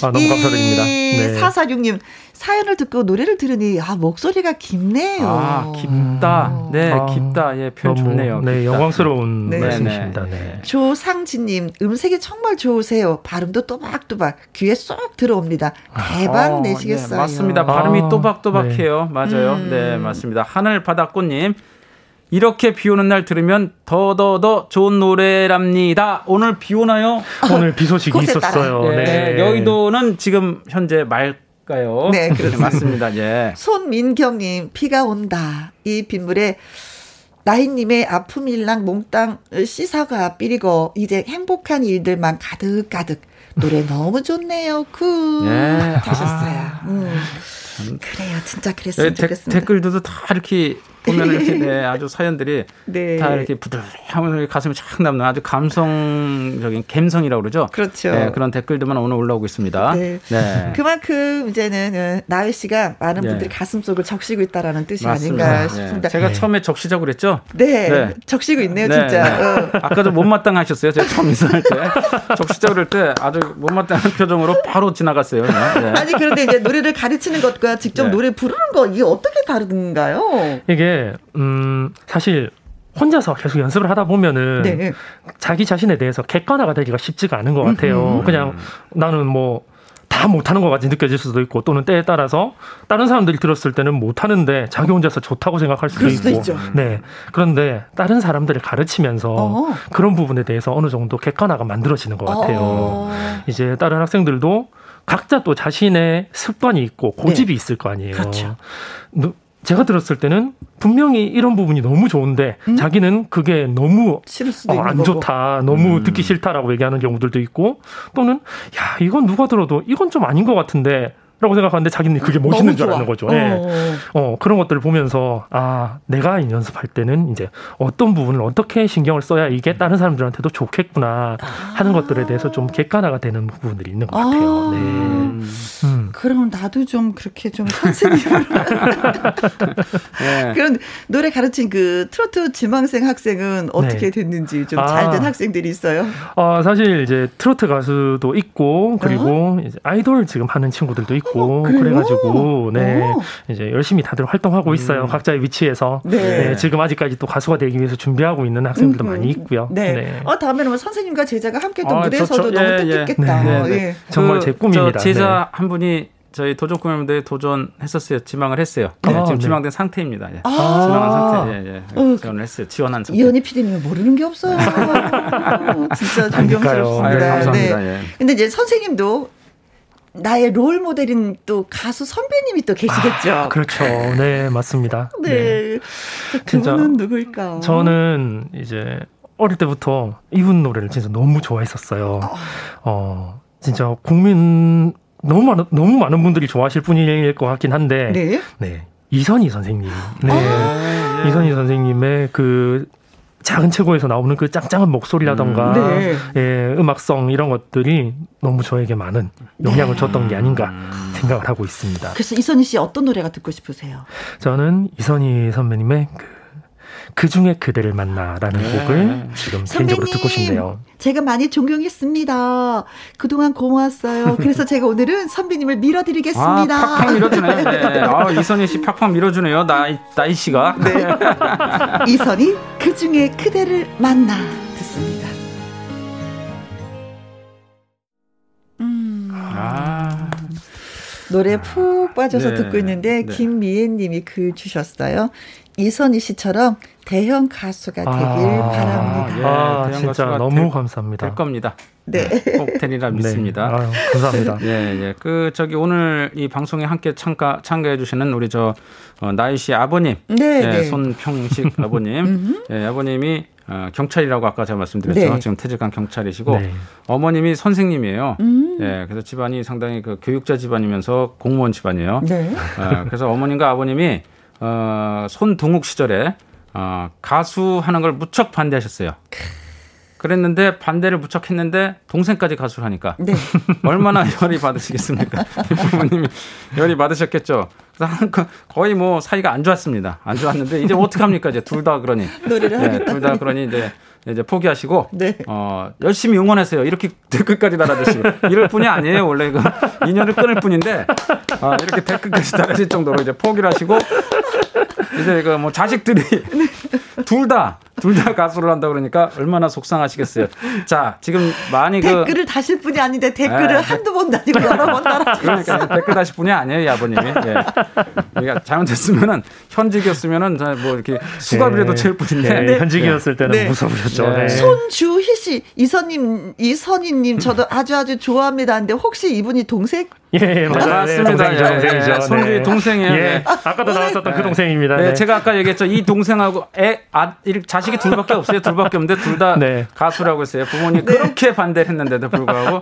Speaker 4: 아, 너무 감사드립니다. 네.
Speaker 1: 446님, 사연을 듣고 노래를 들으니, 아, 목소리가 깊네요. 음.
Speaker 5: 아, 깊다. 네,
Speaker 4: 아,
Speaker 5: 깊다. 예, 표현
Speaker 4: 너무,
Speaker 5: 좋네요.
Speaker 4: 네,
Speaker 5: 깊다.
Speaker 4: 영광스러운
Speaker 1: 네.
Speaker 4: 말씀이십니다. 네.
Speaker 1: 조상진님, 음색이 정말 좋으세요. 발음도 또박또박 귀에 쏙 들어옵니다. 대박
Speaker 5: 어,
Speaker 1: 내시겠어요. 음.
Speaker 5: 네, 맞습니다. 발음이
Speaker 4: 아,
Speaker 5: 또박또박해요. 맞아요. 네, 맞습니다. 하늘바다꽃님. 이렇게 비 오는 날 들으면 더더더 좋은 노래랍니다. 오늘 비 오나요?
Speaker 4: 아, 오늘 비 소식이
Speaker 1: 곳에
Speaker 4: 있었어요.
Speaker 5: 네.
Speaker 4: 네.
Speaker 5: 여의도는 지금 현재 맑아요.
Speaker 1: 네, 그렇습니다.
Speaker 5: 맞습니다. 예.
Speaker 1: 손민경님, 비가 온다. 이 빗물에 나인님의 아픔 일랑 몽땅 씻어가 삐리고 이제 행복한 일들만 가득 가득 노래 너무 좋네요. 굿
Speaker 5: 예.
Speaker 1: 하셨어요.
Speaker 5: 아,
Speaker 1: 음. 그래요, 진짜 그랬으면
Speaker 4: 네,
Speaker 5: 예, 데-
Speaker 1: 좋겠습니다.
Speaker 5: 댓글들도 다 이렇게 보면 이렇게 네, 아주 사연들이
Speaker 1: 네.
Speaker 5: 다 이렇게 부들하면서 가슴이 착 남는 아주 감성적인 감성이라고 그러죠.
Speaker 1: 그렇죠.
Speaker 5: 예, 그런 댓글들만 오늘 올라오고 있습니다.
Speaker 1: 네.
Speaker 5: 네.
Speaker 1: 그만큼 이제는 어, 나혜 씨가 많은
Speaker 5: 예.
Speaker 1: 분들이 가슴속을 적시고 있다라는 뜻이 아닌가
Speaker 5: 네.
Speaker 1: 싶습니다.
Speaker 5: 제가 처음에 적시자고 그랬죠?
Speaker 1: 네,
Speaker 5: 네.
Speaker 1: 적시고 있네요,
Speaker 5: 네, 네.
Speaker 1: 진짜. 어.
Speaker 5: 아까도 못마땅 하셨어요. 제가 처음 인사할 때. 적시자고 그럴 때 아주 못마땅한 표정으로 바로 지나갔어요. 그냥. 네.
Speaker 1: 아니 그런데 이제 노래를 가르치는 것과 직접
Speaker 5: 네.
Speaker 1: 노래 부르는 거 이게 어떻게 다른가요?
Speaker 4: 이게 음 사실 혼자서 계속 연습을 하다 보면은
Speaker 1: 네. 음,
Speaker 4: 자기 자신에 대해서 객관화가 되기가 쉽지가 않은 것 같아요. 그냥 나는 뭐 다 못하는 것 같이 느껴질 수도 있고 또는 때에 따라서 다른 사람들이 들었을 때는 못하는데 자기 혼자서 좋다고 생각할 수도
Speaker 1: 그럴 수도
Speaker 4: 있고
Speaker 1: 있죠.
Speaker 4: 네 그런데 다른 사람들을 가르치면서
Speaker 1: 어.
Speaker 4: 그런 부분에 대해서 어느 정도 객관화가 만들어지는 것 같아요.
Speaker 1: 어.
Speaker 4: 이제 다른 학생들도 각자 또 자신의 습관이 있고 고집이 있을 거 아니에요.
Speaker 1: 네. 그렇죠.
Speaker 4: 누- 제가 들었을 때는 분명히 이런 부분이 너무 좋은데
Speaker 1: 음?
Speaker 4: 자기는 그게 너무
Speaker 1: 싫을 수도
Speaker 4: 어,
Speaker 1: 있는
Speaker 4: 안
Speaker 1: 거고. 음.
Speaker 4: 좋다, 너무 듣기 싫다라고 얘기하는 경우들도 있고 또는 야 이건 누가 들어도 이건 좀 아닌 것 같은데 라고 생각하는데 자기는 그게
Speaker 1: 너무
Speaker 4: 멋있는 줄
Speaker 1: 좋아.
Speaker 4: 아는 거죠.
Speaker 1: 어.
Speaker 4: 예. 어, 그런 것들을 보면서 아, 내가 이 연습할 때는 이제 어떤 부분을 어떻게 신경을 써야 이게 다른 사람들한테도 좋겠구나 하는 것들에 대해서 좀 객관화가 되는 부분들이 있는 것 같아요.
Speaker 1: 아.
Speaker 4: 네. 음.
Speaker 1: 그럼 나도 좀 그렇게 좀 선생님으로
Speaker 5: 예.
Speaker 1: 그런 노래 가르친 그 트로트 지망생 학생은 어떻게 됐는지 좀 잘 된
Speaker 4: 아.
Speaker 1: 학생들이 있어요.
Speaker 4: 어, 사실 이제 트로트 가수도 있고 그리고 이제 아이돌 지금 하는 친구들도 있고
Speaker 1: 어? 그래요?
Speaker 4: 그래가지고 네
Speaker 1: 어. 음.
Speaker 4: 이제 열심히 다들 활동하고 있어요 각자의 위치에서
Speaker 1: 네.
Speaker 4: 네, 지금 아직까지 또 가수가 되기 위해서 준비하고 있는 학생들도
Speaker 1: 음,
Speaker 4: 많이 있고요.
Speaker 1: 네. 어 다음에는 뭐 선생님과 제자가 함께 또
Speaker 5: 아,
Speaker 1: 무대에서도
Speaker 5: 좋죠.
Speaker 1: 너무
Speaker 5: 예, 예.
Speaker 1: 뜻깊겠다.
Speaker 4: 네,
Speaker 1: 어,
Speaker 5: 네.
Speaker 1: 예.
Speaker 4: 정말 제 꿈입니다. 네.
Speaker 5: 저 제자 한 분이 저희 도전 꿈인데 도전했었어요. 지망을 했어요.
Speaker 4: 네.
Speaker 5: 예, 지금
Speaker 4: 네.
Speaker 5: 지망된 상태입니다. 예.
Speaker 1: 아.
Speaker 5: 지망한 상태. 예, 예.
Speaker 1: 어,
Speaker 5: 지원을 했어요. 지원한 상태.
Speaker 1: 이현희 PD님은 모르는 게 없어요. 진짜
Speaker 5: 아유,
Speaker 1: 존경스럽습니다.
Speaker 5: 감사합니다.
Speaker 1: 네.
Speaker 5: 예.
Speaker 1: 근데 이제 선생님도 나의 롤 모델인 또 가수 선배님이 또 계시겠죠.
Speaker 4: 아, 그렇죠. 네, 맞습니다.
Speaker 1: 네.
Speaker 4: 진짜
Speaker 1: 그분은 누굴까?
Speaker 4: 저는 이제 어릴 때부터 이분 노래를 진짜 너무 좋아했었어요. 어, 진짜 국민 너무 많은 너무 많은 분들이 좋아하실 분일 것 같긴 한데 네,
Speaker 1: 네.
Speaker 4: 이선희 선생님, 네,
Speaker 5: 아, 예.
Speaker 4: 이선희 선생님의 그 작은 최고에서 나오는 그 짱짱한
Speaker 5: 음,
Speaker 4: 목소리라던가
Speaker 1: 네.
Speaker 4: 예, 음악성 이런 것들이 너무 저에게 많은
Speaker 5: 네.
Speaker 4: 영향을 줬던 게 아닌가
Speaker 5: 음.
Speaker 4: 생각을 하고 있습니다.
Speaker 1: 아, 그래서 이선희 씨 어떤 노래가 듣고 싶으세요?
Speaker 4: 저는 이선희 선배님의 그, 그 중에 그대를 만나라는
Speaker 5: 네.
Speaker 4: 곡을 지금 개인적으로 듣고 싶네요.
Speaker 1: 제가 많이 존경했습니다. 그동안 고마웠어요. 그래서 제가 오늘은 선배님을
Speaker 5: 아,
Speaker 1: 밀어드리겠습니다.
Speaker 5: 팍팍 밀어주네요. 네. 아, 이선희 씨 팍팍 밀어주네요. 나이, 나이 씨가.
Speaker 1: 네. 이선희 그 중에 그대를 만나 듣습니다.
Speaker 5: 아,
Speaker 1: 노래 푹 빠져서
Speaker 5: 네,
Speaker 1: 듣고 있는데
Speaker 5: 네.
Speaker 1: 김미애님이 글 주셨어요. 이선희 씨처럼 대형 가수가 되길 바랍니다.
Speaker 5: 예,
Speaker 4: 아,
Speaker 5: 대형
Speaker 4: 진짜
Speaker 5: 가수가
Speaker 4: 너무
Speaker 5: 될-
Speaker 4: 감사합니다.
Speaker 5: 될 겁니다.
Speaker 1: 네.
Speaker 5: 꼭 되리라
Speaker 4: 네.
Speaker 5: 믿습니다.
Speaker 4: 아유, 감사합니다.
Speaker 5: 예, 예. 그, 저기, 오늘 이 방송에 함께 참가, 참가해주시는 우리 저, 어, 나이 씨 아버님.
Speaker 1: 네,
Speaker 5: 예,
Speaker 1: 네.
Speaker 5: 손평식 아버님. 예, 아버님이 어, 경찰이라고 아까 제가 말씀드렸죠.
Speaker 1: 네.
Speaker 5: 지금 퇴직한 경찰이시고,
Speaker 4: 네.
Speaker 5: 어머님이 선생님이에요.
Speaker 1: 음.
Speaker 5: 예, 그래서 집안이 상당히 그 교육자 집안이면서 공무원 집안이에요.
Speaker 1: 네.
Speaker 5: 어, 그래서 어머님과 아버님이 어, 손동욱 시절에 어, 가수 하는 걸 무척 반대하셨어요. 그랬는데 반대를 무척 했는데 동생까지 가수를 하니까
Speaker 1: 네.
Speaker 5: 얼마나 열이 받으시겠습니까? 부모님이 열이 받으셨겠죠. 그래서 한- 거- 거의 뭐 사이가 안 좋았습니다. 안 좋았는데 이제 어떡 합니까? 이제 둘 다 그러니 네,
Speaker 1: 노래를 하겠다.
Speaker 5: 둘 다 그러니 이제 이제 포기하시고
Speaker 1: 네.
Speaker 5: 어, 열심히 응원하세요. 이렇게 댓글까지 달아주시고 이럴 뿐이 아니에요. 원래 이거 인연을 끊을 뿐인데 아, 이렇게 댓글까지 달아질 정도로 이제 포기를 하시고 이제 이거 뭐 자식들이 둘 다 둘 다 가수를 한다 그러니까 얼마나 속상하시겠어요. 자 지금 많이 그
Speaker 1: 댓글을 다실 분이 아닌데 댓글을
Speaker 5: 네.
Speaker 1: 한두 번도 아니고 여러 번 달아주셨어요.
Speaker 5: 그러니까 댓글 다실 분이 아니에요, 이 아버님이. 예. 그러니까 잘못했으면은 현직이었으면은 자, 뭐 이렇게 수갑이라도
Speaker 4: 예.
Speaker 5: 채울
Speaker 4: 예,
Speaker 5: 뿐인데.
Speaker 4: 현직이었을 때는
Speaker 1: 네.
Speaker 4: 무서우셨죠.
Speaker 5: 네.
Speaker 4: 네.
Speaker 1: 손주희 씨, 이선님, 이선희님, 저도 아주 아주 좋아합니다. 근데 혹시 이분이 동생?
Speaker 4: 예, 예, 맞아요. 네,
Speaker 5: 맞습니다.
Speaker 4: 동생이죠,
Speaker 5: 예,
Speaker 4: 동생이죠.
Speaker 5: 예, 손주의
Speaker 4: 네.
Speaker 5: 동생이에요.
Speaker 4: 예,
Speaker 5: 네.
Speaker 4: 아까도 나왔었던 그 동생입니다.
Speaker 5: 네,
Speaker 4: 네.
Speaker 5: 제가 아까 얘기했죠. 이 동생하고 애, 아, 이 자식이 둘밖에 없어요. 둘밖에 없는데 둘 다
Speaker 4: 네.
Speaker 5: 가수라고 했어요. 부모님
Speaker 1: 네.
Speaker 5: 그렇게 반대를 했는데도 불구하고.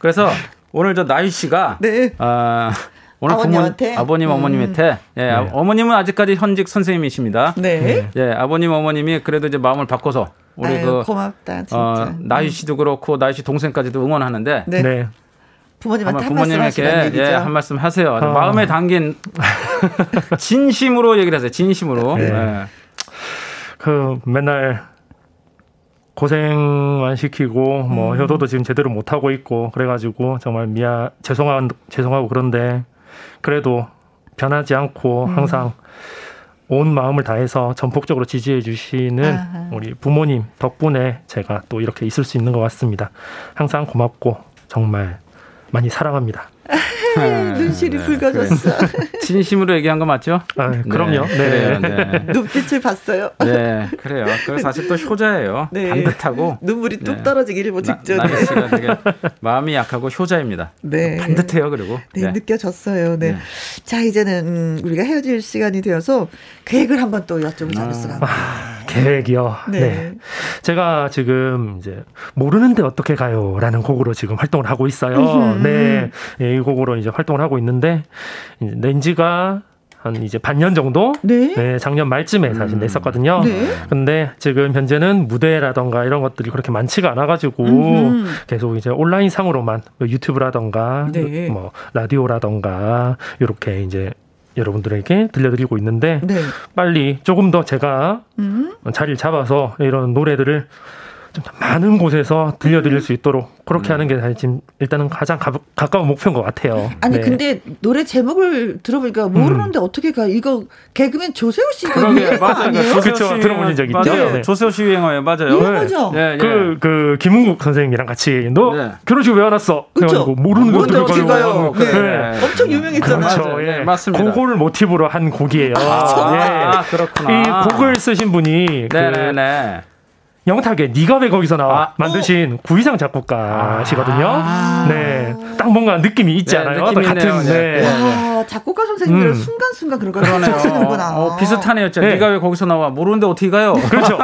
Speaker 5: 그래서 오늘 저 나희 씨가
Speaker 1: 네.
Speaker 5: 아, 오늘
Speaker 1: 아버님한테? 음.
Speaker 5: 부모, 아버님 어머님한테 예, 아- 어머님은 아직까지 현직 선생님이십니다.
Speaker 1: 네.
Speaker 5: 예, 아버님 어머님이 그래도 이제 마음을 바꿔서 우리
Speaker 1: 아유,
Speaker 5: 그
Speaker 1: 고맙다, 음. 진짜.
Speaker 5: 어, 나희 씨도 그렇고 나희 씨 동생까지도 응원하는데
Speaker 1: 네.
Speaker 4: 네.
Speaker 1: 부모님한테
Speaker 5: 아마
Speaker 1: 한 말씀 하시는
Speaker 5: 부모님에게
Speaker 1: 얘기죠.
Speaker 5: 예, 한 말씀 하세요.
Speaker 4: 어.
Speaker 5: 마음에 담긴 진심으로 얘기를 하세요. 진심으로.
Speaker 4: 네.
Speaker 5: 예.
Speaker 4: 그 맨날 고생만 시키고 뭐
Speaker 1: 음.
Speaker 4: 효도도 지금 제대로 못 하고 있고 그래가지고 정말 미안 죄송한 죄송하고 그런데 그래도 변하지 않고
Speaker 1: 음.
Speaker 4: 항상 온 마음을 다해서 전폭적으로 지지해 주시는
Speaker 1: 아하.
Speaker 4: 우리 부모님 덕분에 제가 또 이렇게 있을 수 있는 것 같습니다. 항상 고맙고 정말 많이 사랑합니다.
Speaker 5: 예.
Speaker 1: 눈실이
Speaker 5: 네,
Speaker 1: 붉어졌어.
Speaker 5: 그래. 진심으로 얘기한 거 맞죠?
Speaker 4: 아, 그럼요.
Speaker 5: 네. 그래요.
Speaker 4: 네.
Speaker 5: 네.
Speaker 1: 눈빛을 봤어요.
Speaker 5: 네, 그래요. 그 사실 또 효자예요.
Speaker 1: 네.
Speaker 5: 반듯하고
Speaker 1: 눈물이 뚝
Speaker 5: 네.
Speaker 1: 떨어지기 일보
Speaker 5: 나-
Speaker 1: 직전에.
Speaker 5: 나미 씨가 되게 마음이 약하고 효자입니다.
Speaker 1: 네.
Speaker 5: 반듯해요. 그리고
Speaker 1: 네, 느껴졌어요. 네.
Speaker 5: 네. 아.
Speaker 1: 자, 이제는 음, 우리가 헤어질 시간이 되어서 계획을 한번 또 여쭤보자겠어요.
Speaker 4: 계획이요.
Speaker 1: 네.
Speaker 4: 네. 제가 지금 이제 모르는데 어떻게 가요라는 곡으로 지금 활동을 하고 있어요.
Speaker 1: 음흠.
Speaker 4: 네. 예, 이 곡으로 이제 활동을 하고 있는데 이제 렌즈가 한 이제 반년 정도
Speaker 1: 네.
Speaker 4: 작년
Speaker 5: 음.
Speaker 4: 말쯤에 사실 냈었거든요.
Speaker 1: 네.
Speaker 4: 근데 지금 현재는 무대라던가 이런 것들이 그렇게 많지가 않아가지고
Speaker 1: 음흠.
Speaker 4: 계속 이제 온라인 상으로만 뭐 유튜브라던가
Speaker 1: 네.
Speaker 4: 뭐 라디오라던가 이렇게 이제 여러분들에게 들려드리고 있는데
Speaker 1: 네.
Speaker 4: 빨리 조금 더 제가
Speaker 1: 음.
Speaker 4: 자리를 잡아서 이런 노래들을 좀 더 많은 곳에서
Speaker 1: 음.
Speaker 4: 들려드릴 수 있도록 그렇게
Speaker 5: 음.
Speaker 4: 하는 게 사실 지금 일단은 가장 가, 까운 목표인 것 같아요.
Speaker 1: 아니
Speaker 4: 네.
Speaker 1: 근데 노래 제목을 들어보니까 모르는데 어떻게 가? 이거 개그맨 조세호 씨가
Speaker 5: 음. 그러게
Speaker 1: 유행한 거
Speaker 5: 맞아요.
Speaker 1: 아니에요?
Speaker 5: 조세호
Speaker 4: 그쵸,
Speaker 5: 씨
Speaker 4: 들어본 적 있죠.
Speaker 5: 맞아요.
Speaker 4: 네.
Speaker 5: 조세호 씨 유행어예요. 맞아요.
Speaker 1: 이런 거죠?
Speaker 5: 예, 예.
Speaker 4: 그, 그, 김은국 선생님이랑 같이, 너
Speaker 5: 네.
Speaker 4: 결혼식 왜 안 왔어?
Speaker 1: 그쵸.
Speaker 4: 그래가지고 모르는
Speaker 1: 모르는데
Speaker 4: 것들
Speaker 1: 어떻게 가요?
Speaker 5: 그래.
Speaker 4: 네.
Speaker 1: 엄청 유명했잖아요.
Speaker 4: 그렇죠.
Speaker 5: 맞아요.
Speaker 4: 예.
Speaker 5: 네, 맞습니다.
Speaker 4: 그거를 모티브로 한 곡이에요.
Speaker 5: 아,
Speaker 4: 예.
Speaker 5: 그렇구나.
Speaker 4: 이 곡을 쓰신 분이 그
Speaker 5: 네네네.
Speaker 4: 영탁의 네가 왜 거기서 나와
Speaker 5: 아.
Speaker 4: 만드신 구이상 작곡가시거든요. 네, 딱 뭔가 느낌이 있지
Speaker 5: 네,
Speaker 4: 않아요?
Speaker 5: 느낌이 있네요.
Speaker 4: 같은
Speaker 5: 네.
Speaker 4: 네.
Speaker 1: 와, 아, 작곡가 선생님들
Speaker 4: 음.
Speaker 1: 순간순간 그런 걸
Speaker 5: 그러네요.
Speaker 1: 계속 쓰는구나.
Speaker 5: 어, 비슷하네요. 진짜.
Speaker 4: 네.
Speaker 5: 네가 왜 거기서 나와? 모르는데 어떻게 가요?
Speaker 4: 그렇죠.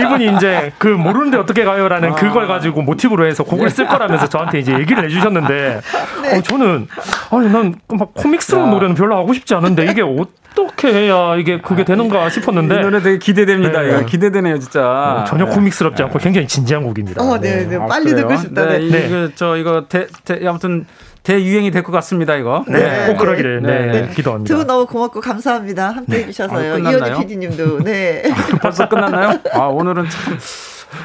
Speaker 4: 이분이 이제 그 모르는데 어떻게
Speaker 5: 아.
Speaker 4: 가요라는 그걸 가지고 모티브로 해서 곡을 쓸 거라면서 저한테 이제 얘기를 해주셨는데, 어, 저는 아니 난 막 코믹스러운
Speaker 5: 네. 야.
Speaker 4: 노래는 별로 하고 싶지 않은데 이게 어떻게 해야 이게 그게 되는가
Speaker 5: 아, 이
Speaker 4: 싶었는데
Speaker 5: 노래 되게 기대됩니다.
Speaker 4: 네.
Speaker 5: 이거 네. 기대되네요, 진짜.
Speaker 4: 전혀
Speaker 5: 네.
Speaker 4: 코믹스럽지 않고 굉장히 진지한 곡입니다.
Speaker 1: 어, 네, 네.
Speaker 5: 아,
Speaker 1: 빨리
Speaker 5: 그래요?
Speaker 1: 듣고 싶다.
Speaker 5: 네,
Speaker 1: 네.
Speaker 5: 이거
Speaker 4: 네.
Speaker 5: 저 이거 대, 대 아무튼 대유행이 될 것 같습니다. 이거. 예.
Speaker 4: 네, 꼭 그러기를 네,
Speaker 5: 네.
Speaker 4: 기도합니다.
Speaker 1: 두 분 너무 고맙고 감사합니다. 함께 해주셔서요.
Speaker 5: 아, 끝났나요?
Speaker 1: 이현희 PD님도. 네.
Speaker 5: 어, 벌써 끝났나요? 아 오늘은 참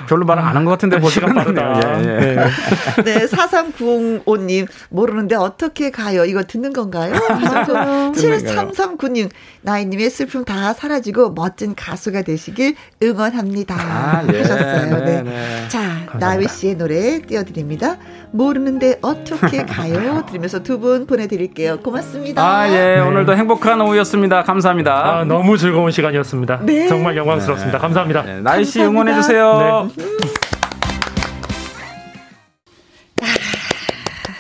Speaker 5: 별로 말을 안 한 것 같은데 벌써
Speaker 4: 시간
Speaker 5: 끝났네요.
Speaker 4: 빠르다.
Speaker 5: 예, 예.
Speaker 4: 네.
Speaker 1: 네. 4395님. 모르는데 어떻게 가요? 이거 듣는 건가요? 하셨고. 7339님. 나이님의 슬픔 다 사라지고 멋진 가수가 되시길 응원합니다.
Speaker 5: 아, 예.
Speaker 1: 하셨어요. 네.
Speaker 5: 네, 네.
Speaker 1: 자, 나위 씨의 노래 띄워드립니다. 모르는데 어떻게 가요? 들으면서 두 분 보내드릴게요. 고맙습니다.
Speaker 5: 아, 예. 오늘도 행복한 오후였습니다. 감사합니다.
Speaker 4: 아, 너무 즐거운 시간이었습니다.
Speaker 1: 네.
Speaker 4: 정말 영광스럽습니다. 감사합니다.
Speaker 5: 네, 나이 씨
Speaker 1: 감사합니다.
Speaker 5: 응원해주세요.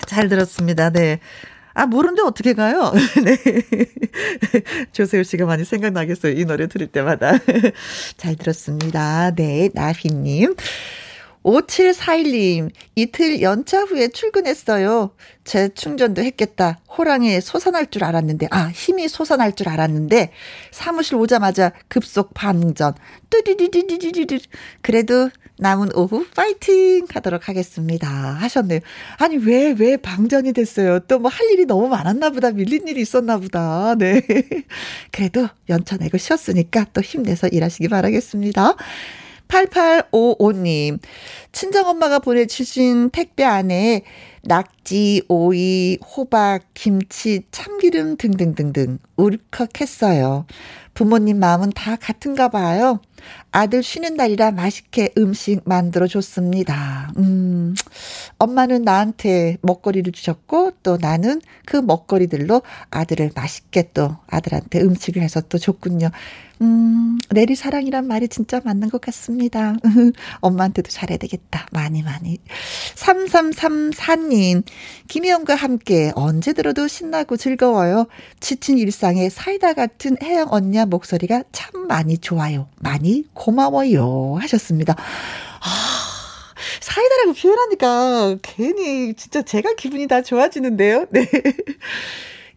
Speaker 1: 잘 들었습니다. 네. 아, 모르는데 어떻게 가요? 네. 조세호 씨가 많이 생각나겠어요. 이 노래 들을 때마다. 잘 들었습니다. 네, 나희님. 5741님, 이틀 연차 후에 출근했어요. 재 충전도 했겠다. 호랑이 솟아날 줄 알았는데, 아, 힘이 솟아날 줄 알았는데, 사무실 오자마자 급속 반전. 뚜디디디디디디. 그래도 남은 오후 파이팅 하도록 하겠습니다. 하셨네요. 아니, 왜, 왜 방전이 됐어요? 또 뭐 할 일이 너무 많았나 보다. 밀린 일이 있었나 보다. 네. 그래도 연차 내고 쉬었으니까 또 힘내서 일하시기 바라겠습니다. 8855님, 친정엄마가 보내주신 택배 안에 낙지, 오이, 호박, 김치, 참기름 등등등등 울컥했어요. 부모님 마음은 다 같은가 봐요. 아들 쉬는 날이라 맛있게 음식 만들어줬습니다. 음, 엄마는 나한테 먹거리를 주셨고 또 나는 그 먹거리들로 아들을 맛있게 또 아들한테 음식을 해서 또 줬군요. 음, 내리 사랑이란 말이 진짜 맞는 것 같습니다. 엄마한테도 잘해야 되겠다. 많이 많이. 3334님, 김희영과 함께 언제 들어도 신나고 즐거워요. 지친 일상에 사이다 같은 혜영 언니와 목소리가 참 많이 좋아요. 많이 고마워요. 하셨습니다. 사이다라고 표현하니까 괜히 진짜 제가 기분이 다 좋아지는데요. 네.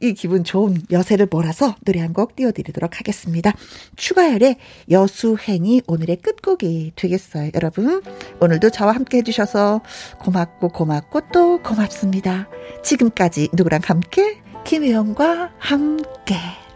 Speaker 1: 이 기분 좋은 여세를 몰아서 노래 한 곡 띄워드리도록 하겠습니다. 추가열의 여수행이 오늘의 끝곡이 되겠어요. 여러분, 오늘도 저와 함께 해주셔서 고맙고 고맙고 또 고맙습니다. 지금까지 누구랑 함께? 김혜영과 함께.